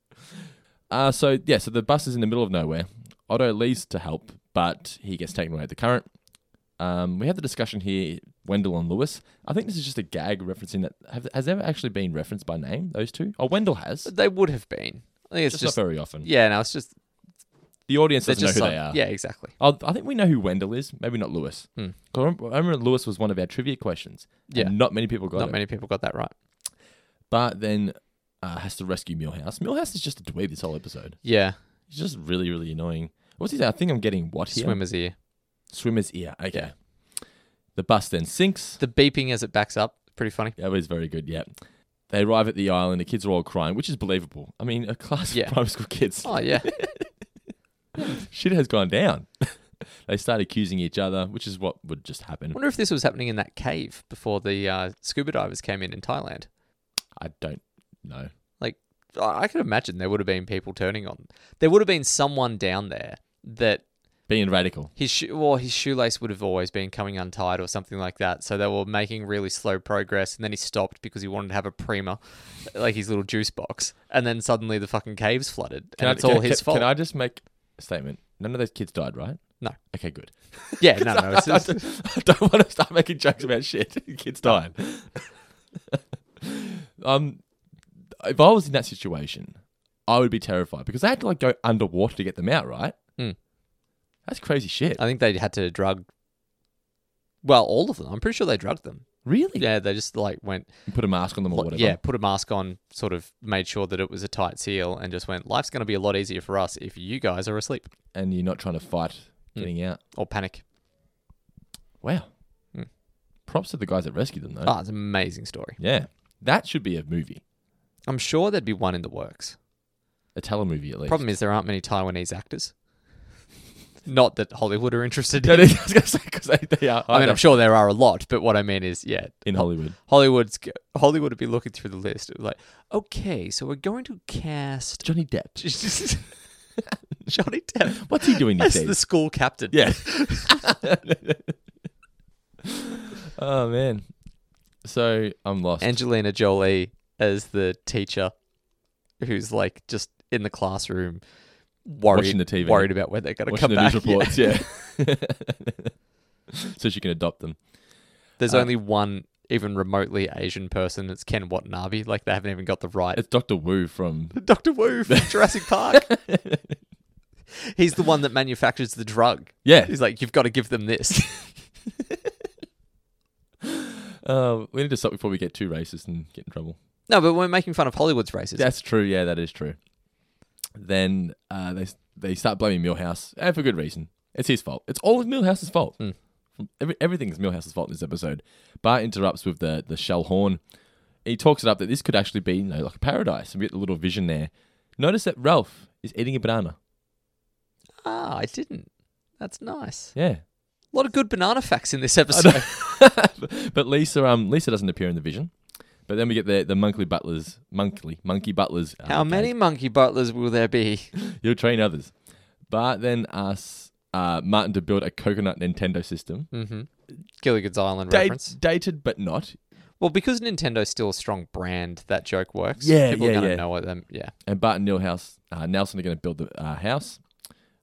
D: uh, so yeah, so the bus is in the middle of nowhere. Otto leaves to help, but he gets taken away at the current. Um, we have the discussion here, Wendell and Lewis. I think this is just a gag referencing that. Have, has ever actually been referenced by name? Those two? Oh, Wendell has.
E: They would have been. I think it's
D: just,
E: just,
D: not very often.
E: yeah. No, it's just
D: The audience
E: they're
D: doesn't know who
E: just
D: they
E: some-
D: are.
E: Yeah, exactly.
D: Oh, I think we know who Wendell is. Maybe not Lewis.
E: Hmm.
D: 'Cause I remember, I remember Lewis was one of our trivia questions. and
E: Yeah.
D: not many people got
E: Not
D: it.
E: many people got that right.
D: But then uh, has to rescue Millhouse. Millhouse is just a dweeb this whole episode.
E: Yeah,
D: He's just really, really annoying. What's his? I think I'm getting what here?
E: swimmer's ear.
D: Swimmer's ear. Okay. The bus then sinks.
E: The beeping as it backs up, pretty funny.
D: That was very good. Yeah. They arrive at the island. The kids are all crying, which is believable. I mean, a class
E: Yeah.
D: of primary school kids.
E: Oh yeah,
D: Shit has gone down. they start accusing each other, which is what would just happen.
E: wonder if this was happening in that cave before the uh, scuba divers came in in Thailand.
D: I don't know.
E: Like, I I could imagine there would have been people turning on. There would have been someone down there that
D: Being radical.
E: his shoe, well, his shoelace would have always been coming untied or something like that. So they were making really slow progress, and then he stopped because he wanted to have a prima, like his little juice box. And then suddenly the fucking cave's flooded, and it's all his
D: can,
E: fault.
D: Can I just make a statement? None of those kids died, right?
E: No.
D: Okay, good.
E: Yeah, no, no, it's
D: I,
E: just,
D: don't, I don't want to start making jokes about shit. Kids died. um, if I was in that situation, I would be terrified because they had to like go underwater to get them out, right?
E: Hmm. Uh,
D: That's crazy shit.
E: I think they had to drug. Well, all of them. I'm pretty sure they drugged them.
D: really?
E: Yeah, they just like went.
D: You put a mask on them or
E: Like,
D: whatever.
E: Yeah, put a mask on, sort of made sure that it was a tight seal, and just went, life's going to be a lot easier for us if you guys are asleep
D: And you're not trying to fight
E: Hmm.
D: getting out.
E: or panic.
D: Wow.
E: Hmm.
D: Props to the guys that rescued them, though.
E: Ah, it's an amazing story.
D: Yeah. That should be a movie,
E: I'm sure there'd be one in the works.
D: a telemovie at least.
E: Problem is, there aren't many Taiwanese actors. Not that Hollywood are interested
D: I
E: in.
D: was going to say, because they, they are.
E: I mean, I'm sure there are a lot, but what I mean is, yeah,
D: in Hollywood.
E: Hollywood's g- Hollywood would be looking through the list, like, okay, so we're going to cast
D: Johnny Depp.
E: Johnny Depp
D: What's he doing
E: as
D: these
E: the
D: days?
E: school captain.
D: Yeah. oh man. So I'm lost.
E: Angelina Jolie as the teacher, who's like just in the classroom, worried,
D: Watching the TV.
E: worried about where they're going to
D: Watching
E: come
D: the
E: back.
D: news
E: Yeah.
D: reports, yeah. so she can adopt them.
E: There's
D: Uh,
E: only one even remotely Asian person. It's Ken Watanabe. Like they haven't even got the right.
D: It's Doctor Wu from.
E: Doctor Wu from Jurassic Park. He's the one that manufactures the drug.
D: Yeah.
E: He's like, you've got to give them this.
D: Um, we need to stop before we get too racist and get in trouble.
E: No, but we're making fun of Hollywood's racism.
D: That's true. Yeah, that is true. Then uh, they they start blaming Millhouse, and for good reason. It's his fault. It's all of Millhouse's fault. Every, everything's Millhouse's fault in this episode. Bart interrupts with the the shell horn. He talks it up that this could actually be you know, like a paradise. and We get the little vision there. Notice that Ralph is eating a banana.
E: Ah, I didn't. That's nice.
D: Yeah,
E: A lot of good banana facts in this episode.
D: but Lisa um Lisa doesn't appear in the vision. But then we get the the monkey butlers, monkey monkey butlers. uh,
E: How many monkey butlers will there be?
D: You'll train others. Bart then asks uh, Martin to build a coconut Nintendo system.
E: Mm-hmm. Gilligan's Island
D: Da-
E: reference.
D: dated but not.
E: Well, because Nintendo's still a strong brand, that joke works.
D: Yeah,
E: People
D: yeah,
E: are gonna
D: yeah.
E: know what them. Yeah.
D: And Bart and Nilhouse, uh, Nelson are going to build the uh, house.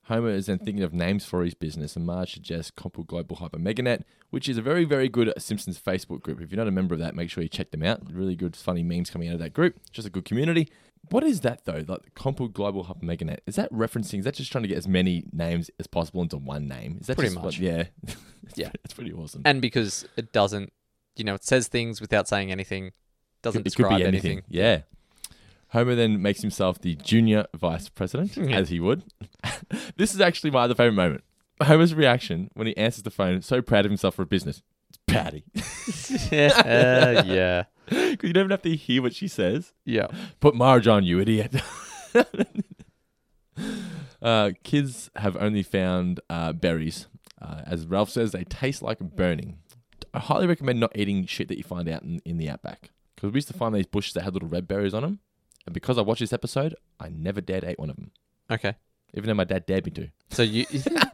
D: Homer is then thinking of names for his business, and Marge suggests Compul Global Hyper Meganet, which is a very, very good uh, Simpsons Facebook group. If you're not a member of that, make sure you check them out. Really good, funny memes coming out of that group. Just a good community. What is that though? Like Compul Global Hyper Meganet? Is that referencing? Is that just trying to get as many names as possible into one name? Is that
E: Pretty
D: just what-
E: much.
D: yeah, It's
E: Yeah.
D: pre- It's pretty awesome.
E: And because it doesn't, you know, it says things without saying anything, doesn't
D: it could
E: describe
D: be anything.
E: anything.
D: Yeah. Homer then makes himself the junior vice president, as he would. this is actually my other favorite moment. Homer's reaction when he answers the phone, so proud of himself for a business. It's Patty.
E: Uh, yeah.
D: Because you don't even have to hear what she says.
E: Yeah.
D: Put Marge on, you idiot. uh, kids have only found uh, berries. Uh, as Ralph says, they taste like burning. I highly recommend not eating shit that you find out in, in the outback. Because we used to find these bushes that had little red berries on them. And because I watched this episode, I never dared eat one of them.
E: Okay.
D: Even though my dad dared me to.
E: So you,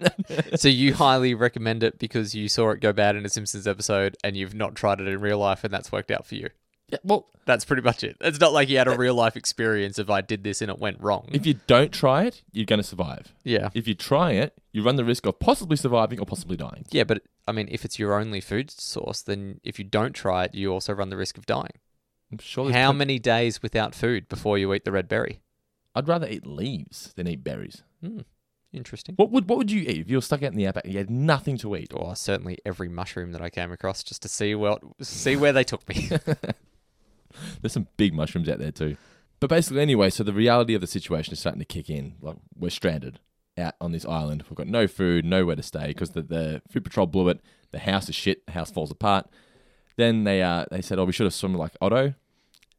E: so you highly recommend it because you saw it go bad in a Simpsons episode, and you've not tried it in real life, and that's worked out for you.
D: Yeah, well,
E: That's pretty much it. It's not like you had a real life experience of I did this and it went wrong.
D: if you don't try it, you're going to survive.
E: Yeah.
D: If you try it, you run the risk of possibly surviving or possibly dying.
E: Yeah, but I mean, if it's your only food source, then if you don't try it, you also run the risk of dying.
D: I'm sure there's
E: How
D: plen-
E: many days without food before you eat the red berry?
D: I'd rather eat leaves than eat berries.
E: Interesting.
D: What would what would you eat if you were stuck out in the outback and you had nothing to eat?
E: Well, certainly every mushroom that I came across just to see what see where they took me.
D: There's some big mushrooms out there too. But basically, anyway, so the reality of the situation is starting to kick in. Like we're stranded out on this island. We've got no food, nowhere to stay because the, the food patrol blew it. The house is shit. The house falls apart. Then they uh, they said, "Oh, we should have swum like Otto,"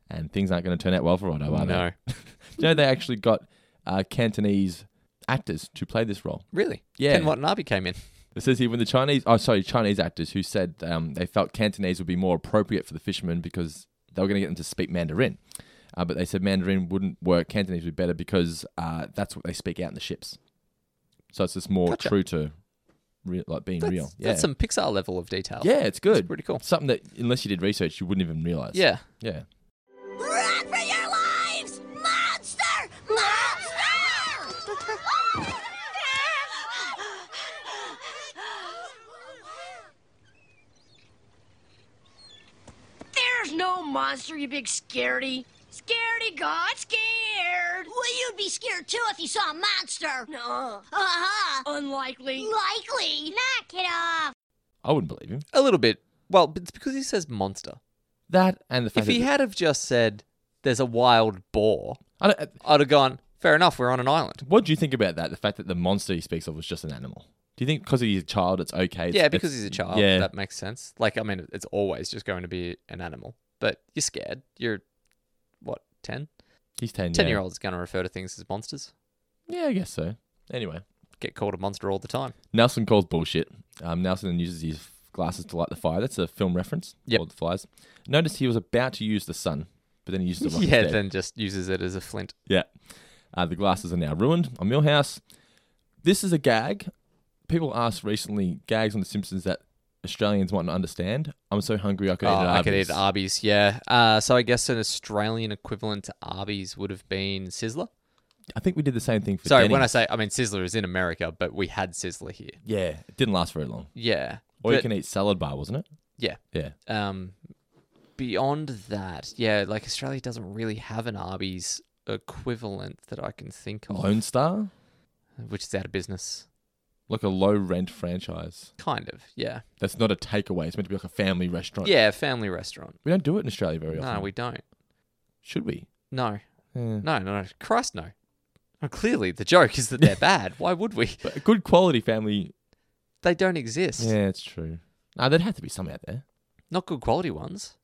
D: and things aren't going to turn out well for Otto, are
E: No.
D: they? you know, they actually got uh, Cantonese actors to play this role.
E: really?
D: Yeah.
E: Ken Watanabe came in.
D: It says here when the Chinese, oh sorry, Chinese actors who said um, they felt Cantonese would be more appropriate for the fishermen because they were going to get them to speak Mandarin, uh, but they said Mandarin wouldn't work. Cantonese would be better because uh, that's what they speak out in the ships. So it's just more
E: Gotcha.
D: true to, real, like being
E: That's,
D: real. Yeah,
E: that's some Pixar level of detail.
D: yeah, it's good.
E: pretty cool.
D: Something that unless you did research, you wouldn't even realize.
E: Yeah.
D: yeah.
A: Run for your lives! Monster! Monster!
B: There's no monster, you big scaredy. Scaredy got scared.
A: well, you'd be scared too if you saw a monster.
B: No,
A: Uh-huh.
B: unlikely.
A: Likely. Knock it off.
D: I wouldn't believe him.
E: A little bit. Well, but it's because he says monster.
D: That and the fact
E: If he
D: that
E: had have just said there's a wild boar,
D: I don't, uh,
E: I'd have gone, fair enough, we're on an island.
D: what do you think about that? The fact that the monster he speaks of was just an animal. Do you think because he's a child, it's okay?
E: yeah,
D: It's-
E: because
D: it's-
E: he's a child.
D: Yeah,
E: That makes sense. Like, I mean, it's always just going to be an animal, but you're scared. You're, what, 10?
D: he's ten.
E: 10
D: yeah.
E: year olds going to refer to things as monsters.
D: Yeah, I guess so. Anyway,
E: Get called a monster all the time.
D: Nelson calls bullshit. Um, Nelson then uses his glasses to light the fire. That's a film reference.
E: Yep.
D: Lord of the Flies. Notice he was about to use the sun, but then he uses the rock
E: yeah,
D: instead.
E: then just uses it as a flint.
D: Yeah. Uh, the glasses are now ruined on Millhouse. This is a gag. People asked recently gags on The Simpsons that Australians might not understand. I'm so hungry I could eat
E: Oh,
D: an
E: I could
D: Arby's.
E: eat Arby's, yeah. Uh, so I guess an Australian equivalent to Arby's would have been Sizzler.
D: I think we did the same thing for
E: Sorry, when I
D: Denny's.
E: say, I mean, Sizzler is in America, but we had Sizzler here.
D: Yeah, it didn't last very long.
E: Yeah.
D: Or you
E: but-
D: can eat salad bar, wasn't it?
E: Yeah.
D: Yeah.
E: um beyond that yeah like australia doesn't really have an arby's equivalent that i can think of
D: Lone Star?
E: which is out of business
D: Like a low rent franchise.
E: Kind of, yeah.
D: That's not a takeaway. It's meant to be like a family restaurant.
E: Yeah, family restaurant.
D: We don't do it in Australia very often.
E: No, we don't.
D: Should we?
E: No.
D: Yeah.
E: No, no, no. Christ, no. Well, clearly, the joke is that they're bad. Why would we?
D: But a good quality family.
E: They don't exist.
D: Yeah, it's true. No, there'd have to be some out there.
E: Not good quality ones.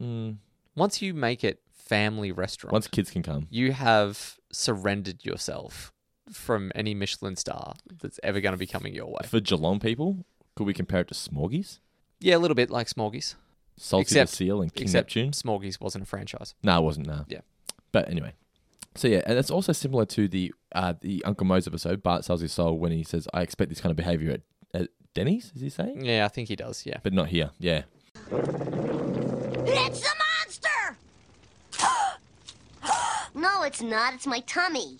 D: Mm.
E: Once you make it family restaurant,
D: Once kids can come.
E: you have surrendered yourself from any Michelin star that's ever going to be coming your way.
D: For Geelong people, could we compare it to Smorgies?
E: Yeah, a little bit like Smorgies.
D: Salty
E: Except-
D: the Seal and King
E: except
D: Neptune?
E: Smorgies wasn't a franchise.
D: No, it wasn't. No.
E: Yeah.
D: But anyway, so yeah, and it's also similar to the uh, the Uncle Mo's episode. Bart sells his soul when he says, "I expect this kind of behavior at, at Denny's." Is he saying?
E: Yeah, I think he does. Yeah.
D: But not here. Yeah.
A: It's the monster!
J: No, it's not. It's my tummy.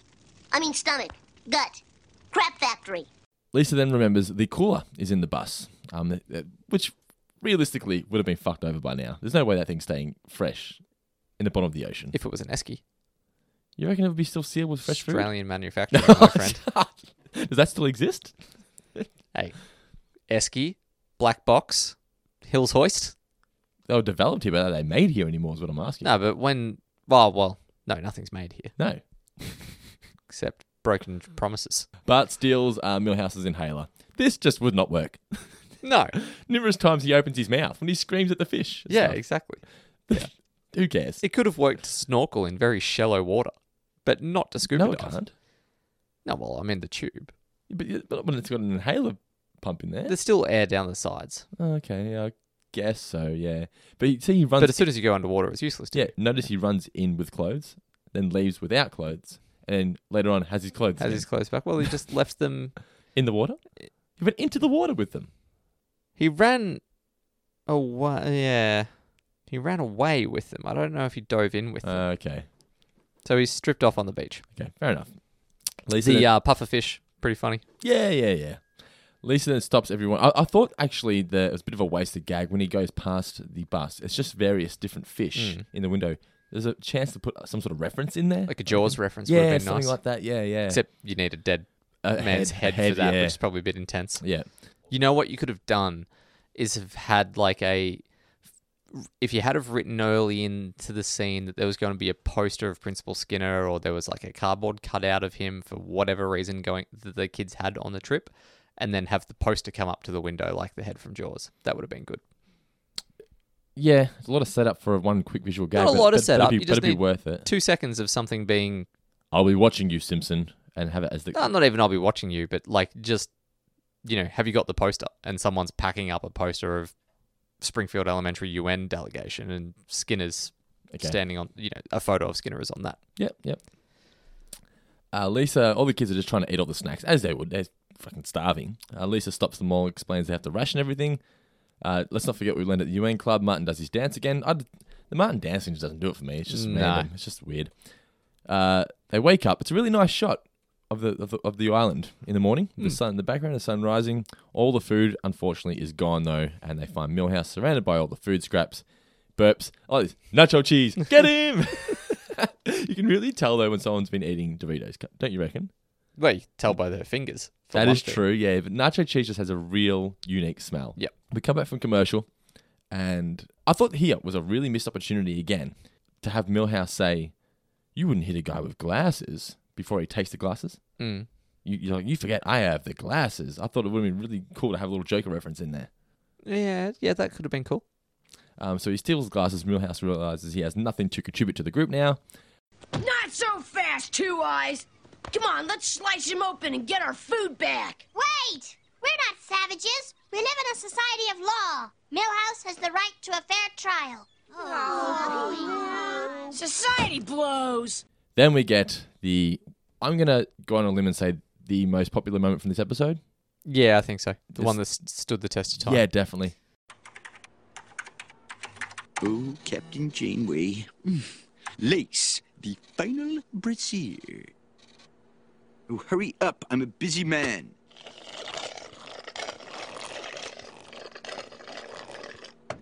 J: I mean, stomach, gut, crap factory.
D: Lisa then remembers the cooler is in the bus, um, th- th- which realistically would have been fucked over by now. There's no way that thing's staying fresh in the bottom of the ocean.
E: If it was an Esky,
D: you reckon it would be still sealed with fresh food?
E: Australian manufacturer, my friend.
D: Does that still exist?
E: Hey, Esky, Black Box, Hills Hoist.
D: They were developed here, but are they made here anymore? Is what I'm asking.
E: No, but when. Well, well, no, nothing's made here
D: No.
E: except broken promises.
D: Bart steals uh, Milhouse's inhaler. This just would not work.
E: No.
D: Numerous times he opens his mouth when he screams at the fish. and
E: Yeah,
D: stuff.
E: exactly.
D: Who cares?
E: It could have worked to snorkel in very shallow water, but not to scuba
D: no, it
E: dive.
D: can't.
E: No, well, I'm in the tube.
D: But, but when it's got an inhaler pump in there.
E: There's still air down the sides,
D: Okay, I guess so, yeah. But you see, he runs.
E: but as soon as you go underwater, it's useless. To
D: yeah, notice he runs in with clothes, then leaves without clothes, and then later on has his clothes
E: Has
D: again.
E: his clothes back? Well, he just left them.
D: in the water. He went into the water with them.
E: He ran away. Yeah, he ran away with them. I don't know if he dove in with them.
D: Uh, okay,
E: So he's stripped off on the beach.
D: okay, fair enough. Lisa,
E: The
D: then-
E: uh, pufferfish, pretty funny.
D: yeah, yeah, yeah. Lisa then stops everyone. I, I thought actually that it was a bit of a wasted gag when he goes past the bus. It's just various different fish in the window. There's a chance to put some sort of reference in there,
E: Hmm. Like a Jaws reference would
D: yeah,
E: have been
D: something
E: nice.
D: like that. Yeah, yeah.
E: Except you need a dead
D: A
E: man's head, for that, which is probably a bit intense.
D: yeah, yeah.
E: You know what you could have done is have had like a if you had have written early into the scene that there was going to be a poster of Principal Skinner or there was like a cardboard cutout of him for whatever reason going that the kids had on the trip and then have the poster come up to the window like the head from Jaws. That would have been good.
D: Yeah, it's a lot of setup for one quick visual gag.
E: Not a
D: but-
E: lot of
D: but-
E: setup,
D: But
E: you
D: it'd be, but
E: just
D: it'd be
E: need-
D: worth it.
E: Two seconds of something being
D: I'll be watching you, Simpson, and have it as the.
E: no, not even I'll be watching you, but like just you know, have you got the poster? And someone's packing up a poster of Springfield Elementary UN delegation and Skinner's
D: Okay.
E: standing on you know a photo of Skinner is on that.
D: Yep, yep. Uh, Lisa, all the kids are just trying to eat all the snacks as they would. They're fucking starving. Uh, Lisa stops them all, explains they have to ration everything. Uh, let's not forget we learned at the UN club. Martin does his dance again. i the Martin dancing just doesn't do it for me. It's just
E: No.
D: random. It's just weird. Uh, they wake up. It's a really nice shot of the of the, of the island in the morning. The sun in the background, the sun rising. All the food, unfortunately, is gone though, and they find Millhouse surrounded by all the food scraps. Burps. Oh, this nacho cheese. Get him. you can really tell though when someone's been eating Doritos, don't you reckon?
E: Well, you can tell by their fingers. for
D: That
E: one
D: is
E: thing.
D: true, yeah. But nacho cheese just has a real unique smell.
E: Yep.
D: We come back from commercial, and I thought here was a really missed opportunity again to have Millhouse say, "You wouldn't hit a guy with glasses before he takes the glasses."
E: Mm.
D: You, you're like, you forget I have the glasses. I thought it would have been really cool to have a little Joker reference in there.
E: Yeah, yeah, that could have been cool.
D: Um, so he steals glasses. Millhouse realizes he has nothing to contribute to the group now.
B: Not so fast, Two Eyes. Come on, let's slice him open and get our food back.
A: Wait! We're not savages. We live in a society of law. Millhouse has the right to a fair trial.
B: Society blows.
D: Then we get the. I'm gonna go on a limb and say the most popular moment from this episode.
E: Yeah, I think so. The
D: This-
E: one that s- stood the test of time.
D: Yeah, definitely.
K: Oh, Captain Janeway. Mm. Lace, the final brassiere. Oh, hurry up, I'm a busy man.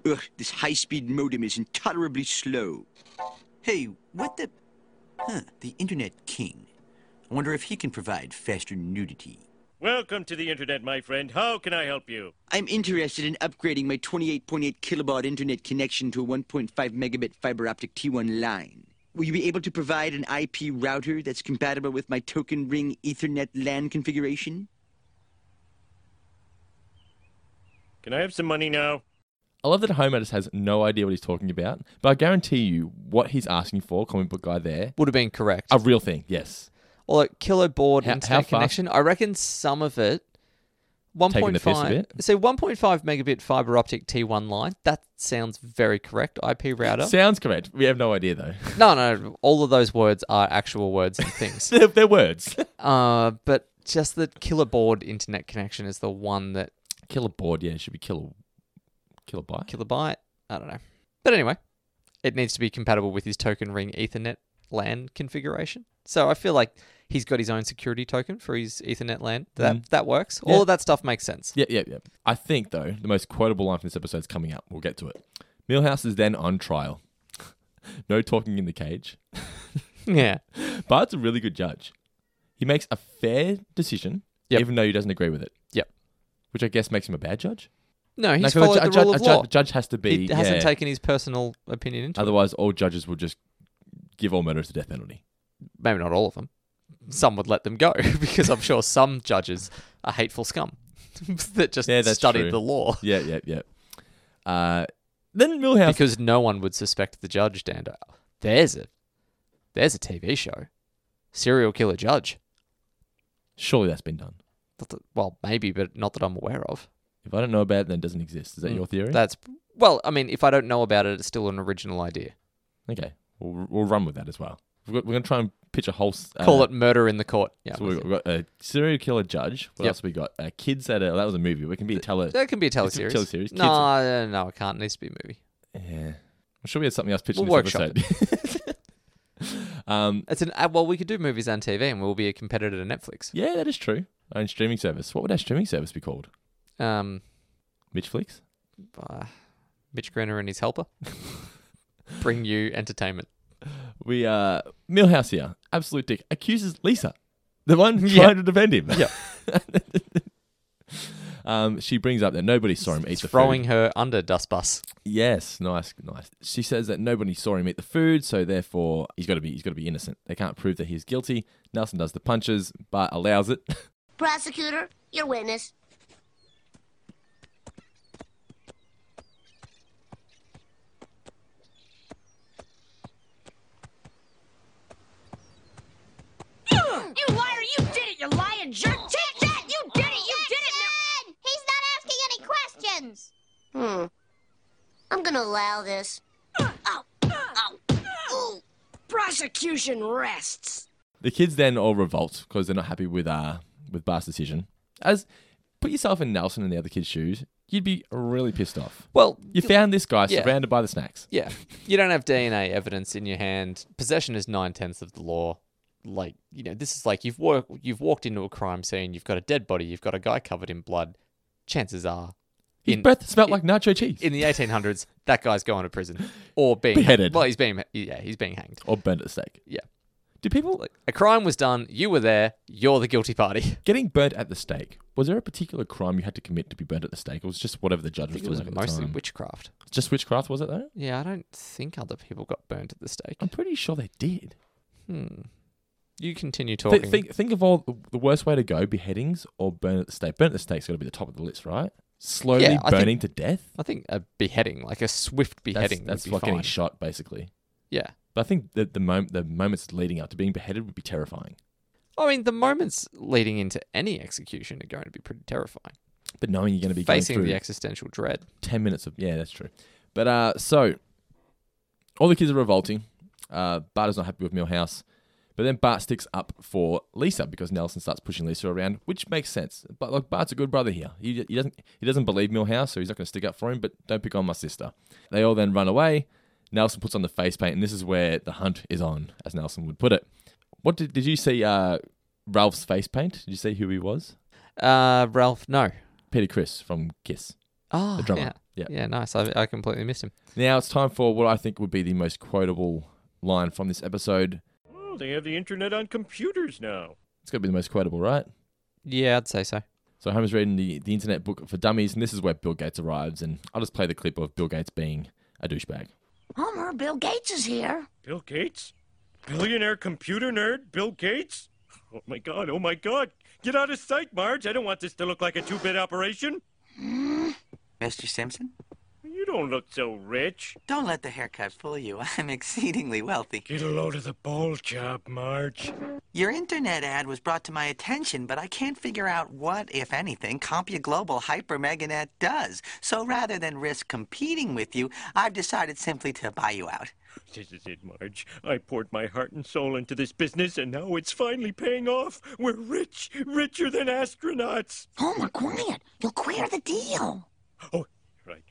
K: Ugh, this high speed modem is intolerably slow. Hey, what the. Huh, the Internet King. I wonder if he can provide faster nudity.
H: Welcome to the internet, my friend. How can I help you?
K: I'm interested in upgrading my 28.8 kilobaud internet connection to a 1.5 megabit fiber optic T1 line. Will you be able to provide an IP router that's compatible with my token ring Ethernet LAN configuration?
H: Can I have some money now?
D: I love that Homatus has no idea what he's talking about, but I guarantee you what he's asking for, comic book guy there,
E: would have been correct.
D: A real thing, yes.
E: Well, like kiloboard
D: How-
E: internet
D: how fast-
E: connection, I reckon some of it.
D: Taking the piss a
E: 1.5.
D: bit.
E: So 1.5 megabit fiber optic T1 line. That sounds very correct. IP router.
D: Sounds correct. We have no idea though.
E: no, no. All of those words are actual words and things.
D: they're, they're words.
E: uh, but just the kiloboard internet connection is the one that
D: Killer board, yeah, it should be killer kilobyte.
E: kilobyte. I don't know. But anyway, it needs to be compatible with his token ring Ethernet LAN configuration. So I feel like he's got his own security token for his Ethernet LAN. That
D: Mm.
E: that works.
D: Yeah.
E: All of that stuff makes sense.
D: Yeah, yeah, yeah. I think though the most quotable line from this episode is coming up. We'll get to it. Millhouse is then on trial. no talking in the cage.
E: Yeah.
D: Bart's a really good judge. He makes a fair decision,
E: Yep.
D: even though he doesn't agree with it.
E: Yep.
D: Which I guess makes him a bad judge.
E: No, he's
D: 'cause a
E: followed
D: ju- a
E: the rule
D: ju-
E: of
D: a ju-
E: law.
D: a judge has to be-
E: He hasn't
D: yeah. Uh,
E: taken his personal opinion into it.
D: Otherwise, all judges will just give all murderers the death penalty.
E: Maybe not all of them. Some would let them go because I'm sure some judges are hateful scum that just
D: Yeah, that's
E: studied
D: true.
E: the law.
D: Yeah, yeah, yeah. Uh, then Millhouse
E: Because no one would suspect the judge, Dando. There's a there's a TV show, serial killer judge.
D: Surely that's been done.
E: Not that- well, maybe, but not that I'm aware of.
D: If I don't know about it, then it doesn't exist.
E: Mm.
D: Is that your theory?
E: That's well, I mean, if I don't know about it, it's still an original idea.
D: okay. We'll, we'll run with that as well. We've got- We're going to try and pitch a whole. s- Uh,
E: Call it murder in the court. Yeah,
D: so we've got, we've got a serial killer judge. What
E: Yep.
D: else we got? Uh, kids that are. That was a movie. but It can be a tele.
E: that can be a
D: it's
E: teleseries.
D: teleseries.
E: No,
D: Kids-
E: no, no, it can't. It needs to be a movie.
D: Yeah. I'm sure we had something else pitched
E: We'll
D: in this
E: workshop
D: episode. um,
E: It's an uh, well, we could do movies and TV, and we'll be a competitor to Netflix.
D: yeah, that is true. Our own streaming service. What would our streaming service be called?
E: Um,
D: Mitch Flicks?
E: uh, Mitch Greener and his helper bring you entertainment.
D: We uh Millhouse here, absolute dick, accuses Lisa, the one trying
E: Yeah.
D: to defend him.
E: Yeah.
D: um, she brings up that nobody saw him eat the
E: throwing
D: food.
E: her under dust bus.
D: Yes, nice, nice. She says that nobody saw him eat the food, so therefore he's got to be he's got to be innocent. They can't prove that he's guilty. Nelson does the punches, but allows it.
J: Prosecutor, your witness.
B: You liar! You did it! You lying jerk! Take that! You did it! You did it! Now-
J: He's not asking any questions. Hmm. I'm gonna allow this.
A: Uh,
J: Oh, oh, ooh.
B: Prosecution rests.
D: The kids then all revolt because they're not happy with uh with Bart's decision. As put yourself in Nelson and the other kids' shoes, you'd be really pissed off.
E: Well,
D: You found this guy
E: Yeah.
D: surrounded by the snacks.
E: Yeah. You don't have DNA evidence in your hand. Possession is nine tenths of the law. Like, you know, this is like you've work you've walked into a crime scene, you've got a dead body, you've got a guy covered in blood. Chances are
D: His
E: in
D: breath smelled like nacho cheese
E: in the eighteen hundreds, that guy's going to prison. Or being
D: Beheaded.
E: Well, he's being yeah, he's being hanged.
D: or burnt at the stake.
E: Yeah.
D: Do people like
E: A crime was done, you were there, you're the guilty party.
D: getting burnt at the stake? Was there a particular crime you had to commit to be burnt at the stake, or was it just whatever the judge
E: I think
D: was
E: it
D: doing at
E: was
D: the
E: mostly
D: time?
E: witchcraft.
D: just witchcraft was it though?
E: Yeah, I don't think other people got burnt at the stake.
D: I'm pretty sure they did.
E: Hmm. You continue
D: Thi-
E: talking.
D: think think of all the worst way to go: beheadings or burn at the stake. Burn at the stake's got to be the top of the list, right? Slowly
E: Yeah, I think-
D: burning to death.
E: I think a beheading, like a swift
D: That's-
E: beheading,
D: That's,
E: would be
D: like getting
E: fine.
D: shot, basically.
E: Yeah.
D: But I think that the moment the moments leading up to being beheaded would be terrifying.
E: I mean, the moments leading into any execution are going to be pretty terrifying.
D: But knowing you're going to be
E: Facing
D: going
E: the
D: through
E: existential dread.
D: ten minutes of yeah, that's true. But uh, so all the kids are revolting. Uh, Bart is not happy with Millhouse, but then Bart sticks up for Lisa because Nelson starts pushing Lisa around, which makes sense. But like Bart's a good brother here. He, he doesn't he doesn't believe Millhouse, so he's not going to stick up for him. But don't pick on my sister. They all then run away. Nelson puts on the face paint, and this is where the hunt is on, as Nelson would put it. What did did you see? Uh, Ralph's face paint. Did you see who he was?
E: Uh, Ralph, no.
D: Peter Chris from Kiss.
E: Oh,
D: The drummer.
E: Yeah.
D: Yeah.
E: yeah, nice. I, I completely missed him.
D: Now it's time for what I think would be the most quotable line from this episode.
H: Oh, they have the internet on computers now.
D: It's got to be the most quotable, right?
E: Yeah, I'd say so.
D: So Homer's reading the, the Internet Book for Dummies, and this is where Bill Gates arrives. And I'll just play the clip of Bill Gates being a douchebag.
J: Homer, Bill Gates is here.
H: Bill Gates? Billionaire computer nerd Bill Gates? Oh my god, oh my god. Get out of sight, Marge. I don't want this to look like a two bit operation.
I: Mr. Simpson?
H: You don't look so rich.
I: Don't let the haircut fool you. I'm exceedingly wealthy.
H: Get a load of the bowl job, Marge.
I: Your internet ad was brought to my attention, but I can't figure out what, if anything, CompuGlobal HyperMegaNet does. So rather than risk competing with you, I've decided simply to buy you out.
H: This is it, Marge. I poured my heart and soul into this business, and now it's finally paying off. We're rich, richer than astronauts.
J: Homer, quiet. You'll queer the deal.
H: Oh, right.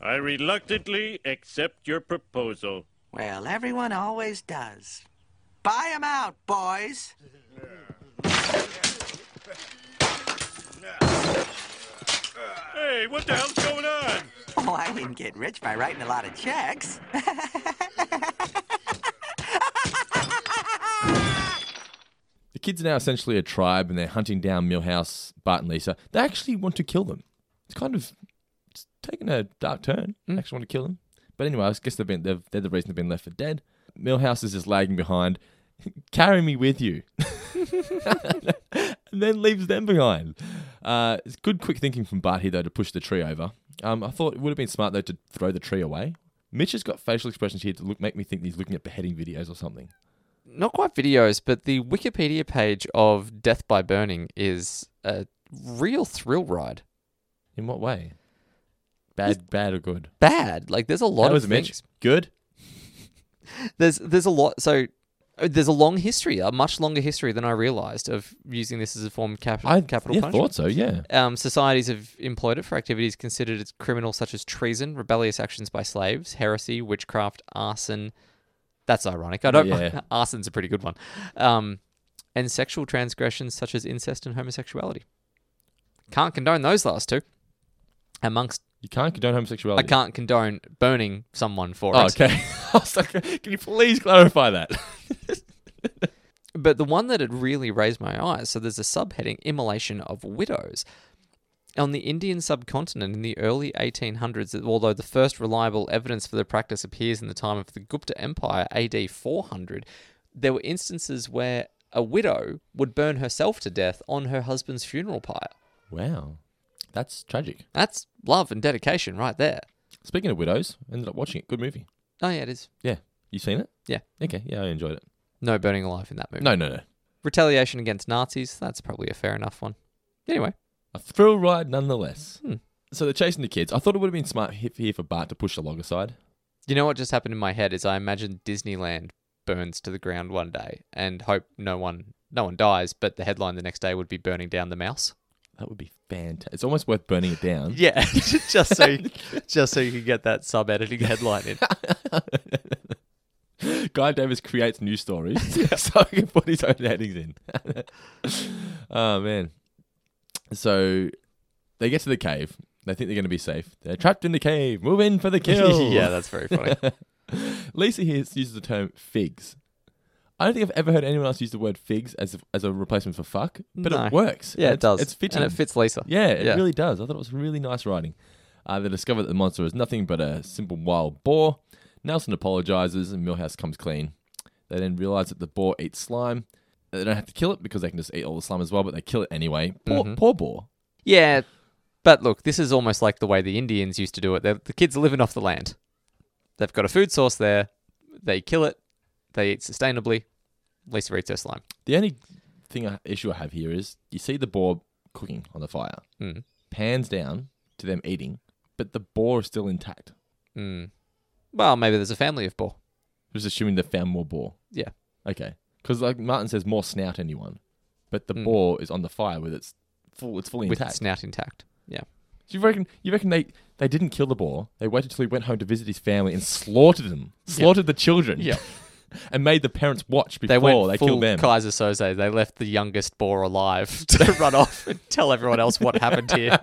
H: I reluctantly accept your proposal.
I: Well, everyone always does. Buy 'em out, boys.
H: Hey, what the hell's going on?
I: Oh, I didn't get rich by writing a lot of checks.
D: The kids are now essentially a tribe, and they're hunting down Millhouse, Bart, and Lisa. They actually want to kill them. It's kind of it's taken a dark turn. They actually want to kill them. But anyway, I guess they've been they've, they're the reason they've been left for dead. Millhouse is just lagging behind. Carry me with you, and then leaves them behind. Uh, it's good, quick thinking from Bart here though to push the tree over. Um, I thought it would have been smart though to throw the tree away. Mitch has got facial expressions here to look, make me think he's looking at beheading videos or something.
E: Not quite videos, but the Wikipedia page of Death by Burning is a real thrill ride.
D: In what way? Bad, bad or good?
E: Bad. Like there's a lot
D: How
E: of
D: was it,
E: things.
D: Mitch? Good.
E: there's there's a lot so uh, there's a long history, a much longer history than I realized of using this as a form of cap-
D: I
E: capital
D: yeah,
E: punishment.
D: thought so. Yeah.
E: Um, societies have employed it for activities considered as criminal, such as treason, rebellious actions by slaves, heresy, witchcraft, arson. That's ironic. I don't.
D: Yeah.
E: arson's a pretty good one. Um, and sexual transgressions such as incest and homosexuality. Can't condone those last two. Amongst,
D: You can't condone
E: I
D: homosexuality.
E: can't condone burning someone for
D: Oh,
E: it.
D: okay. I was like, can you please clarify that?
E: But the one that had really raised my eyes, so there's a subheading Immolation of Widows. On the Indian subcontinent in the early 1800s, although the first reliable evidence for the practice appears in the time of the Gupta Empire, AD 400, there were instances where a widow would burn herself to death on her husband's funeral pyre.
D: wow, that's tragic.
E: That's love and dedication right there.
D: Speaking of widows, ended up watching it. Good movie.
E: Oh, yeah, it is.
D: Yeah, you seen it?
E: Yeah.
D: Okay. Yeah, I enjoyed it.
E: No burning alive in that movie.
D: No, no, no.
E: Retaliation against Nazis, that's probably a fair enough one. Anyway,
D: A thrill ride nonetheless.
E: Hmm.
D: So they're chasing the kids. I thought it would have been smart he- here for Bart to push the log aside.
E: You know what just happened in my head is I imagine Disneyland burns to the ground one day and hope no one no one dies, but the headline the next day would be burning down the mouse.
D: That would be fantastic. It's almost worth burning it down.
E: Yeah, just so you, just so you can get that sub editing headline in.
D: Guy Davis creates news stories so he can put his own headings in. oh man. So they get to the cave. They think they're going to be safe. They're trapped in the cave. Move in for the kill.
E: yeah, that's very funny.
D: Lisa here uses the term figs. I don't think I've ever heard anyone else use the word figs as a, as a replacement for fuck, but
E: No.
D: it works.
E: Yeah,
D: And
E: it does.
D: It's fitting.
E: And it fits Lisa.
D: Yeah, it
E: Yeah.
D: really does. I thought it was really nice writing. Uh, they discover that the monster is nothing but a simple wild boar. Nelson apologizes and Millhouse comes clean. They then realize that the boar eats slime. They don't have to kill it because they can just eat all the slime as well, but they kill it anyway. Poor,
E: Mm-hmm.
D: poor boar.
E: Yeah, but look, this is almost like the way the Indians used to do it. They're, the kids are living off the land. They've got a food source there. They kill it. They eat sustainably. Lisa eats her slime.
D: The only thing I, issue I have here is you see the boar cooking on the fire,
E: Mm.
D: pans down to them eating, but the boar is still intact.
E: Mm. Well, maybe there's a family of boar.
D: Just assuming they found more boar.
E: Yeah.
D: Okay, because like Martin says, more snout anyone, but the
E: Mm.
D: boar is on the fire with its full. It's fully
E: with
D: intact.
E: snout intact. Yeah.
D: Do you reckon? You reckon they they didn't kill the boar? They waited till he went home to visit his family and slaughtered them, slaughtered the children.
E: Yeah.
D: and made the parents watch before
E: They
D: they,
E: went full
D: killed them.
E: Kaiser Soze. They left the youngest boar alive to run off and tell everyone else what happened here.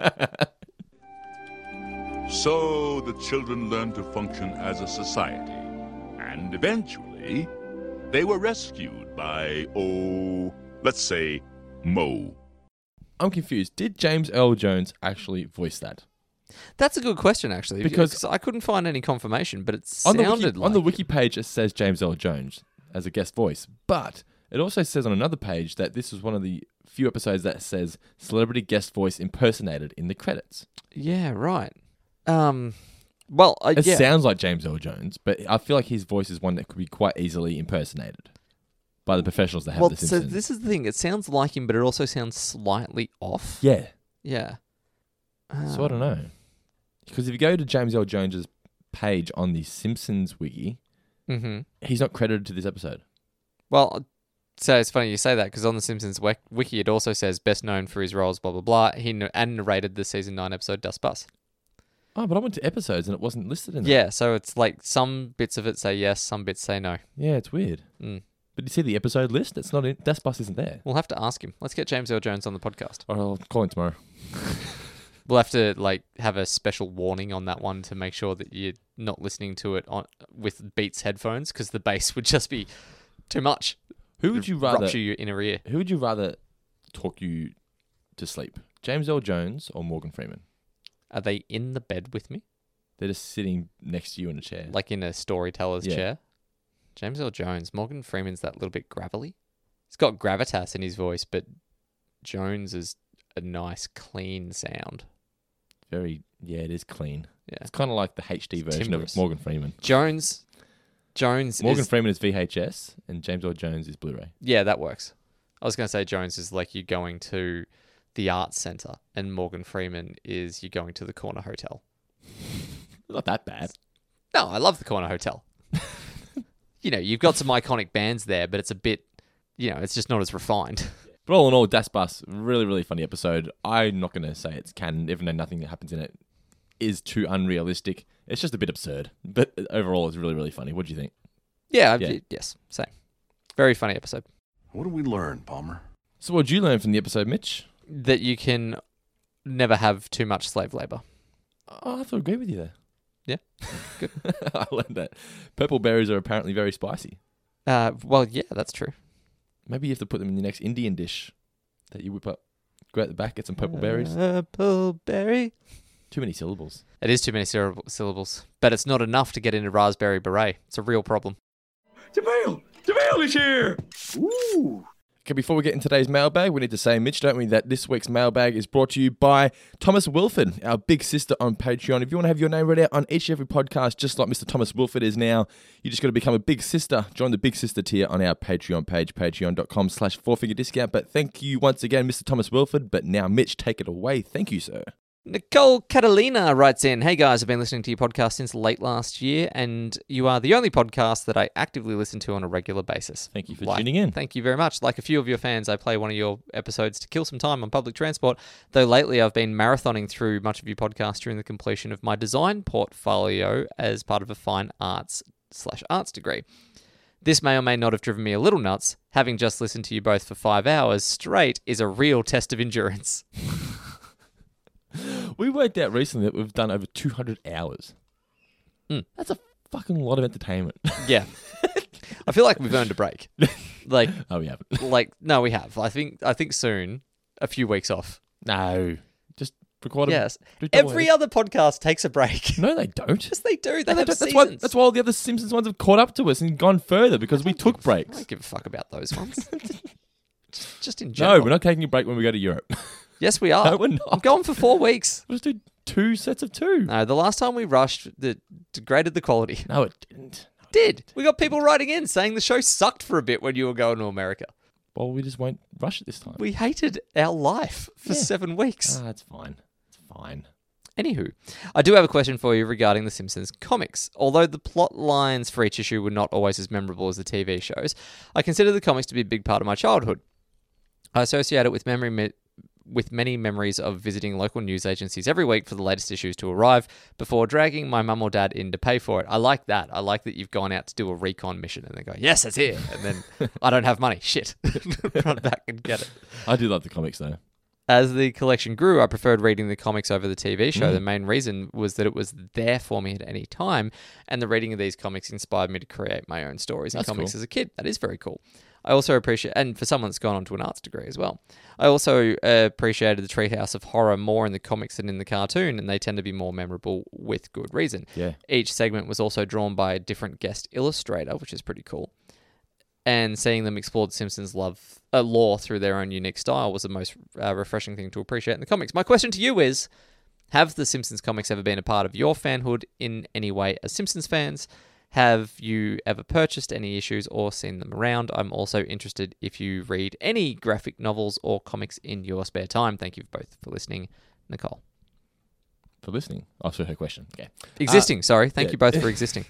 L: So the children learned to function as a society. And eventually, they were rescued by, oh, let's say, Mo.
D: I'm confused. Did James Earl Jones actually voice that?
E: That's a good question, actually,
D: Because-
E: because I couldn't find any confirmation, but it
D: on the,
E: sounded
D: wiki,
E: like
D: on the wiki page it says James Earl Jones as a guest voice, but it also says on another page that this was one of the few episodes that says celebrity guest voice impersonated in the credits.
E: Yeah, right. Um, well, uh,
D: It
E: yeah.
D: sounds like James Earl Jones, but I feel like his voice is one that could be quite easily impersonated by the professionals that have
E: well,
D: the
E: so
D: Simpsons.
E: this is the thing. It sounds like him, but it also sounds slightly off.
D: Yeah.
E: Yeah.
D: so
E: Ah.
D: I don't know. Because if you go to James L. Jones's page on the Simpsons wiki,
E: Mhm.
D: he's not credited to this episode.
E: Well, so it's funny you say that because on the Simpsons wek- wiki it also says best known for his roles, blah blah blah. He n- and narrated the season nine episode Dust Bus.
D: Oh, but I went to episodes and it wasn't listed in there.
E: Yeah, so it's like some bits of it say yes, some bits say no.
D: Yeah, it's weird.
E: Mm.
D: But you see the episode list? It's not in. Death Bus isn't there.
E: We'll have to ask him. Let's get James Earl Jones on the podcast.
D: Or I'll call him tomorrow.
E: We'll have to like have a special warning on that one to make sure that you're not listening to it on with Beats headphones because the bass would just be too much.
D: Who would
E: It'd
D: you rather-
E: rupture your inner ear?
D: Who would you rather talk you to sleep? James L. Jones or Morgan Freeman?
E: Are they in the bed with me?
D: They're just sitting next to you in a chair.
E: Like in a storyteller's
D: Yeah.
E: chair? James Earl Jones. Morgan Freeman's that little bit gravelly. He's got gravitas in his voice, but Jones is a nice, clean sound.
D: Very, yeah, it is clean.
E: Yeah.
D: It's kind of like the HD version
E: timbrous.
D: of Morgan Freeman.
E: Jones. Jones.
D: Morgan
E: is,
D: Freeman is VHS and James L. Jones is Blu ray.
E: Yeah, that works. I was going to say Jones is like you going to the arts center, and Morgan Freeman is you going to the corner hotel.
D: Not that bad.
E: No, I love the corner hotel. you know, you've got some iconic bands there, but it's a bit, you know, it's just not as refined.
D: But all in all, Das Bus, really, really funny episode. I'm not going to say it's canon, even though nothing that happens in it is too unrealistic. It's just a bit absurd. But overall, it's really, really funny. What do you think?
E: Yeah,
D: Yeah.
E: yeah. yes, same. Very funny episode.
M: What did we learn, Palmer?
D: So, what did you learn from the episode, Mitch?
E: That you can never have too much slave labor.
D: Oh, I have to agree with you there.
E: Yeah, good.
D: I learned that purple berries are apparently very spicy.
E: Uh, well, yeah, that's true.
D: Maybe you have to put them in your next Indian dish that you whip up. Go out the back, get some purple berries.
E: Purple berry.
D: Too many syllables.
E: It is too many syllab- syllables, but it's not enough to get into raspberry beret. It's a real problem.
M: Jamil! Jamil is here! Ooh!
D: Okay, before we get in today's mailbag, we need to say, Mitch, don't we, that this week's mailbag is brought to you by Thomas Wilford, our big sister on Patreon. If you want to have your name read out on each and every podcast, just like Mr. Thomas Wilford is now, you just got to become a big sister. Join the big sister tier on our Patreon page, patreon.com slash four-figure discount. But thank you once again, Mr. Thomas Wilford. But now, Mitch, take it away. Thank you, sir.
E: Nicole Catalina writes in Hey guys, I've been listening to your podcast since late last year, and you are the only podcast that I actively listen to on a regular basis.
D: Thank you for
E: Like-
D: tuning in.
E: Thank you very much. Like a few of your fans, I play one of your episodes to kill some time on public transport, though lately I've been marathoning through much of your podcast during the completion of my design portfolio as part of a fine arts slash arts degree. This may or may not have driven me a little nuts. Having just listened to you both for five hours straight is a real test of endurance.
D: We worked out recently that we've done over 200 hours. Hmm, That's a fucking lot of entertainment.
E: Yeah. I feel like we've earned a break. Like
D: Oh, we haven't.
E: like no, we have. I think I think soon, a few weeks off.
D: No. Just record a-
E: Yes.
D: do double
E: Every
D: headers.
E: other podcast takes a break.
D: No, they don't. Yes,
E: they do. They
D: No,
E: have
D: don't. that's, why,
E: seasons.
D: that's why all the other Simpsons ones have caught up to us and gone further because we took breaks.
E: I don't give a fuck about those ones. just, just in general.
D: No, we're not taking a break when we go to Europe.
E: Yes, we are.
D: No, we're
E: I'm going for four weeks.
D: Let's do two sets of two.
E: No, the last time we rushed, that degraded the quality.
D: No, it didn't.
E: Did we got people writing in saying the show sucked for a bit when you were going to America?
D: Well, we just won't rush it this time.
E: We hated our life for
D: Yeah.
E: seven weeks.
D: Ah, it's fine. It's fine.
E: Anywho, I do have a question for you regarding The Simpsons comics. Although the plot lines for each issue were not always as memorable as the TV shows, I consider the comics to be a big part of my childhood. I associate it with memory me- with many memories of visiting local news agencies every week for the latest issues to arrive before dragging my mum or dad in to pay for it. I like that. I like that you've gone out to do a recon mission and they go, "Yes, it's here," and then I don't have money. Shit, run back and get it.
D: I do love the comics though.
E: As the collection grew, I preferred reading the comics over the TV show.
N: Mm.
E: The main reason was that it was there for me at any time, and the reading of these comics inspired me to create my own stories and
N: That's
E: comics
N: cool.
E: as a kid. That is very cool. I also appreciate, and for someone that's gone on to an arts degree as well, I also uh, appreciated the Treehouse of Horror more in the comics than in the cartoon, and they tend to be more memorable with good reason.
D: Yeah.
E: Each segment was also drawn by a different guest illustrator, which is pretty cool and seeing them explore the Simpsons' love uh, lore through their own unique style was the most uh, refreshing thing to appreciate in the comics. My question to you is: Have the Simpsons comics ever been a part of your fanhood in any way as Simpsons fans? Have you ever purchased any issues or seen them around? I'm also interested if you read any graphic novels or comics in your spare time. Thank you both for listening, Nicole.
D: For listening. Oh, so her question. Okay.
E: Existing,
D: Uh,
E: sorry. Thank
D: yeah.
E: you both for existing.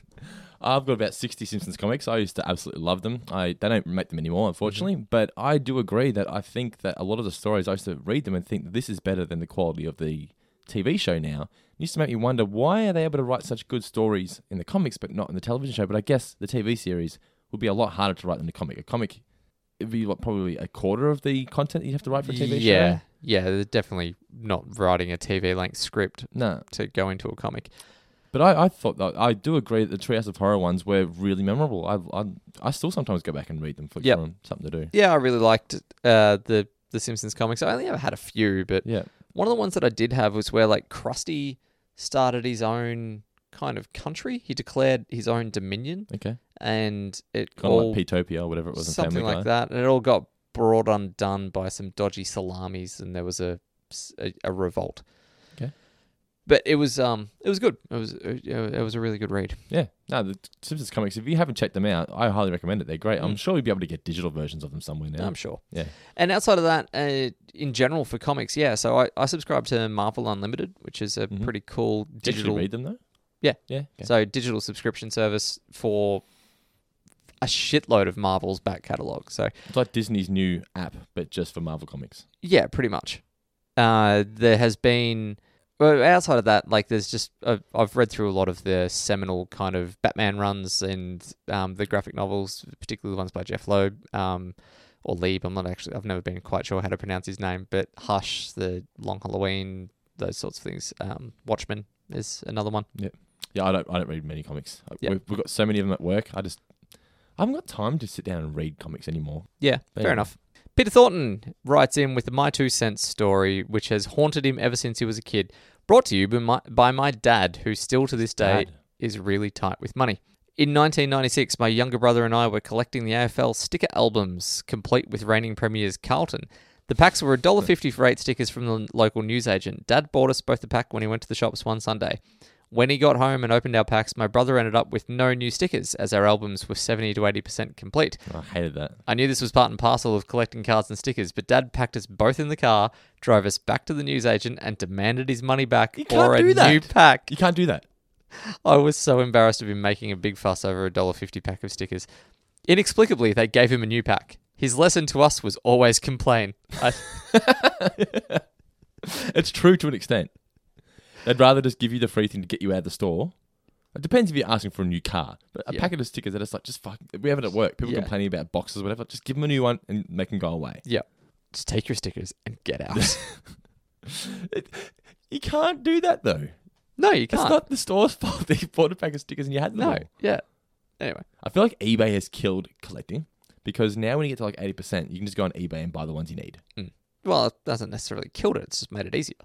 D: I've got about 60 Simpsons comics. I used to absolutely love them. I They don't make them anymore, unfortunately.
E: Mm-hmm.
D: But I do agree that I think that a lot of the stories, I used to read them and think this is better than the quality of the TV show now. It used to make me wonder why are they able to write such good stories in the comics but not in the television show? But I guess the TV series would be a lot harder to write than the comic. A comic, it'd be what, probably a quarter of the content you'd have to write for a TV show.
E: yeah, yeah, they're definitely not writing a TV length script
D: No.
E: to go into a comic.
D: But I, I thought that I do agree that the Treehouse of Horror ones were really memorable. I, I, I still sometimes go back and read them for
E: Yep.
D: fun, something to do.
E: Yeah, I really liked uh, the the Simpsons comics. I only ever had a few, but
D: Yeah.
E: one of the ones that I did have was where like Krusty started his own kind of country. He declared his own dominion.
D: Okay.
E: and it
D: Kinda like
E: all-
D: Petopia or whatever it was in
E: something
D: Family
E: like
D: Guy.
E: that, and it all got brought undone by some dodgy salamis, and there was a s- a- a revolt.
D: Okay.
E: But it was um it was good. It was it, it was a really good read.
D: Yeah, no, the Simpsons comics. If you haven't checked them out, I highly recommend it. They're great. I'm
E: Mm.
D: sure you'll be able to get digital versions of them somewhere now.
E: I'm sure.
D: Yeah.
E: And outside of that, uh, in general for comics, yeah. So I, I subscribe to Marvel Unlimited, which is a pretty cool
D: you Mm-hmm. actually
E: digital.
D: read them, though?
E: Yeah.
D: Yeah, okay.
E: So digital subscription service for a shitload of Marvel's back catalog. So
D: It's like Disney's new app, but just for Marvel comics.
E: yeah, pretty much. Uh, there has been, well, outside of that, like there's just I've, I've read through a lot of the seminal kind of Batman runs and um, the graphic novels, particularly the ones by Jeff Loeb um, or Lieb. I'm not actually I've never been quite sure how to pronounce his name, but Hush, the Long Halloween, those sorts of things. Um, Watchmen is another one.
D: Yeah. Yeah, I don't. I don't read many comics. Like,
E: Yeah.
D: We've, we've got so many of them at work. I just, I haven't got time to sit down and read comics anymore.
E: Yeah,
D: But
E: fair
D: anyway.
E: enough. Peter Thornton writes in with my two cents story, which has haunted him ever since he was a kid. Brought to you by my, by my dad, who still to this day
D: Dad.
E: is really tight with money. In 1996, my younger brother and I were collecting the AFL sticker albums, complete with reigning premiers Carlton. The packs were $1.50 for eight stickers from the local newsagent. Dad bought us both the pack when he went to the shops one Sunday. When he got home and opened our packs, my brother ended up with no new stickers, as our albums were 70 to 80% complete.
D: I hated that.
E: I knew this was part and parcel of collecting cards and stickers, but Dad packed us both in the car, drove us back to the newsagent, and demanded his money back
D: can't
E: or a
D: do that.
E: new pack.
D: You can't do that.
E: I was so embarrassed of him making a big fuss over a dollar fifty pack of stickers. Inexplicably, they gave him a new pack. His lesson to us was always complain. I,
D: It's true to an extent. They'd rather just give you the free thing to get you out of the store. It depends if you're asking for a new car, but a
E: Yeah.
D: packet of stickers that it's like just fuck. We have it at work. People
E: Yeah.
D: complaining about boxes, whatever. Just give them a new one and make them go away.
E: yeah, just take your stickers and get out.
D: You can't do that though.
E: no, you
D: It's
E: can't.
D: not the store's fault that you bought a pack of stickers and you had them.
E: no,
D: all.
E: yeah. Anyway,
D: I feel like eBay has killed collecting because now when you get to like eighty percent, you can just go on eBay and buy the ones you need.
E: well, it doesn't necessarily killed it. It's just made it easier.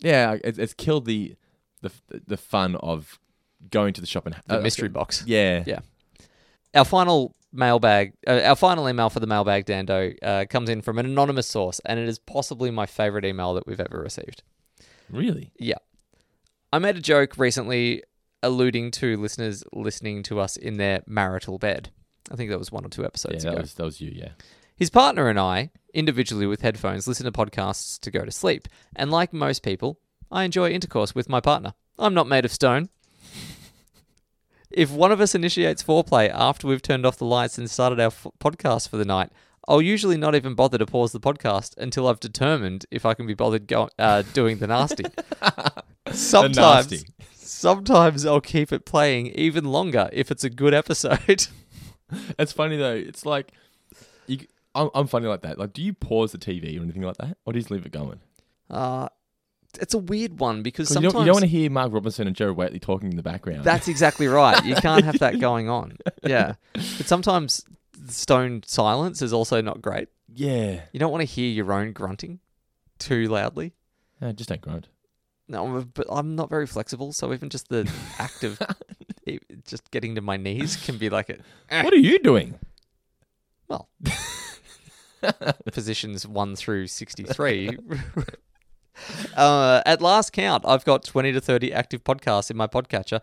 D: Yeah, it's, it's killed the, the the fun of going to the shop and uh,
E: The mystery box.
D: Yeah,
E: Yeah. Our final mailbag, uh, our final email for the mailbag, Dando, uh, comes in from an anonymous source, and it is possibly my favorite email that we've ever received.
D: Really?
E: Yeah. I made a joke recently alluding to listeners listening to us in their marital bed. I think that was one or two
D: Yeah,
E: episodes
D: that
E: ago.
D: was that was you. Yeah.
E: His partner and I, individually with headphones, listen to podcasts to go to sleep. And like most people, I enjoy intercourse with my partner. I'm not made of stone. If one of us initiates foreplay after we've turned off the lights and started our f- podcast for the night, I'll usually not even bother to pause the podcast until I've determined if I can be bothered go- uh, doing the nasty. sometimes,
D: nasty.
E: sometimes I'll keep it playing even longer if it's a good episode.
D: It's funny though. It's like you. I'm, I'm funny like that. Like, do you pause the TV or anything like that, or do you just leave it going?
E: Uh, it's a weird one because
D: 'Cause you
E: sometimes
D: don't, you don't want to hear Mark Robinson and Jared Waitley talking in the background.
E: That's exactly right. You can't have that going on. Yeah. But sometimes stone silence is also not great.
D: Yeah.
E: You don't want to hear your own grunting too loudly.
D: No, just don't grunt.
E: No, but I'm not very flexible, so even just the act of e- just getting to my knees can be like a
D: What are you doing?
E: Well, positions 1 through 63. uh, at last count, I've got 20 to 30 active podcasts in my podcatcher,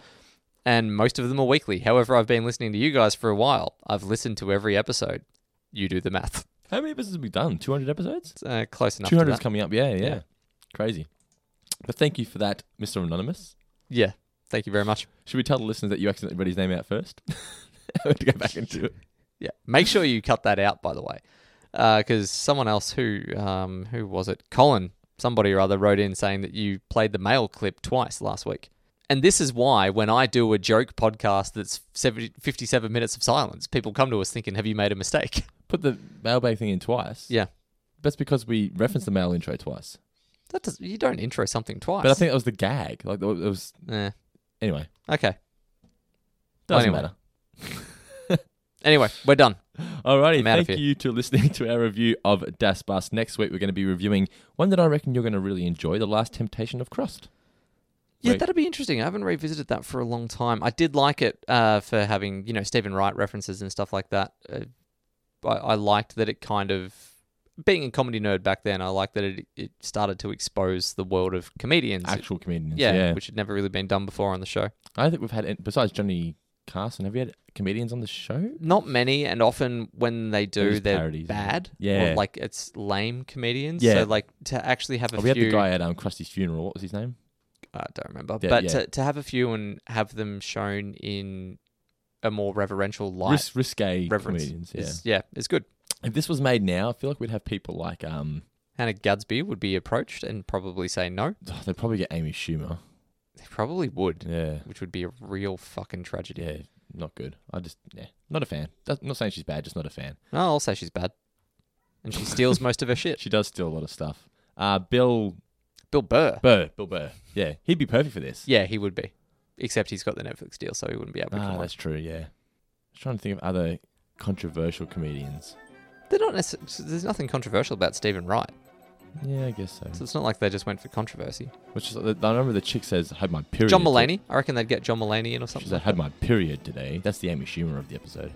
E: and most of them are weekly. However, I've been listening to you guys for a while. I've listened to every episode. You do the math.
D: How many episodes have we done? 200 episodes?
E: Uh, close enough. to
D: 200 is
E: that.
D: coming up. Yeah, yeah,
E: Yeah.
D: Crazy. But thank you for that, Mr. Anonymous.
E: Yeah. Thank you very much.
D: Should we tell the listeners that you accidentally read his name out first? I have to go back and do it.
E: Yeah. Make sure you cut that out, by the way, because someone else who um, who was it? Colin, somebody or other, wrote in saying that you played the mail clip twice last week. And this is why when I do a joke podcast that's 70, 57 minutes of silence, people come to us thinking, have you made a mistake?
D: Put the mailbag thing in twice.
E: Yeah.
D: That's because we referenced the mail intro twice.
E: That does, You don't intro something twice.
D: But I think that was the gag. Like, it was.
E: Yeah.
D: Anyway,
E: Okay.
D: doesn't
E: Anyway.
D: matter.
E: Anyway, we're done.
D: Alrighty,
E: I'm out of
D: thank you to listening to our review of Das Bus. Next week we're going to be reviewing one that I reckon you're going to really enjoy, The Last Temptation of Crust.
E: Yeah,
D: Wait.
E: that'd be interesting. I haven't revisited that for a long time. I did like it uh, for having you know Stephen Wright references and stuff like that. Uh, I, I liked that it kind of being a comedy nerd back then. I liked that it it started to expose the world of comedians,
D: Actual comedians,
E: yeah,
D: yeah.
E: which had never really been done before on the show.
D: I don't think we've had, besides Johnny Carson, have we had comedians on the show?
E: Not many, and often when they do,
D: just
E: they're
D: parodies, isn't it?
E: bad. or,
D: Yeah.
E: like it's lame comedians.
D: Yeah.
E: so like to actually have a
D: Oh, we had
E: few.
D: the guy at um, Krusty's funeral. What was his name?
E: I don't remember.
D: Yeah,
E: but
D: yeah.
E: To, to have a few and have them shown in a more reverential light,
D: Ris- risque
E: reverence
D: comedians, yeah.
E: is- yeah, it's good.
D: If this was made now, I feel like we'd have people like um,
E: Hannah Gadsby would be approached and probably say no.
D: oh, they'd probably get Amy Schumer.
E: They probably would,
D: Yeah,
E: which would be a real fucking tragedy.
D: yeah, not good. I just yeah, not a fan. That's, not saying she's bad, just not a fan.
E: No, I'll say she's bad, and she steals most of her shit.
D: She does steal a lot of stuff. Uh, Bill
E: Bill Burr.
D: Burr, Bill Burr. Yeah, he'd be perfect for this.
E: Yeah, he would be, except he's got the Netflix deal, so he wouldn't be able to.
D: Ah,
E: come on.
D: that's true. Yeah, I was trying to think of other controversial comedians.
E: They're not necessarily. There's nothing controversial about Stephen Wright,
D: Yeah, I guess so.
E: so it's not like they just went for controversy.
D: Which is, I remember the chick says, "Had my period."
E: John
D: today."
E: Mulaney. I reckon they'd get John Mulaney in or
D: She
E: something.
D: said,
E: like
D: "Had my period today." That's the Amy Schumer of the episode.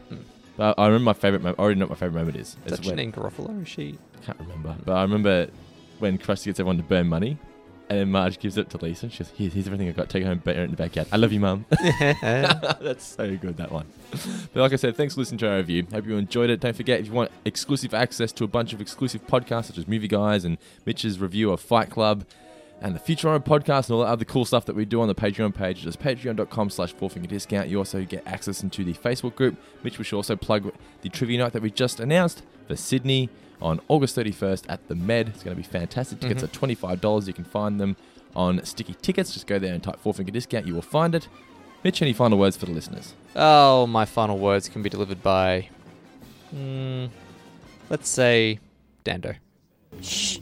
D: But I remember my favorite. Mo- I already know what my favorite moment is.
E: Is that
D: Hmm. It's when-
E: Janine Garofalo? Is she?
D: I can't remember. But I remember when Krusty gets everyone to burn money, and then Marge gives it to Lisa. and She goes, "Here's, here's everything I got. Take it home, burn it in the backyard. I love you, Mum." That's so good that one. But like I said, thanks for listening to our review. Hope you enjoyed it. Don't forget if you want exclusive access to a bunch of exclusive podcasts such as Movie Guys and Mitch's review of Fight Club. And the Futurama podcast and all that other cool stuff that we do on the Patreon page, just patreon.com slash fourfingerdiscount. You also get access into the Facebook group, which we should also plug the trivia night that we just announced for Sydney on August 31st at the Med. It's going to be fantastic. Tickets are $25. You can find them on sticky tickets. Just go there and type fourfinger discount. You will find it. Mitch, any final words for the listeners?
E: Oh, my final words can be delivered by, mm, let's say, Dando.
C: Shh.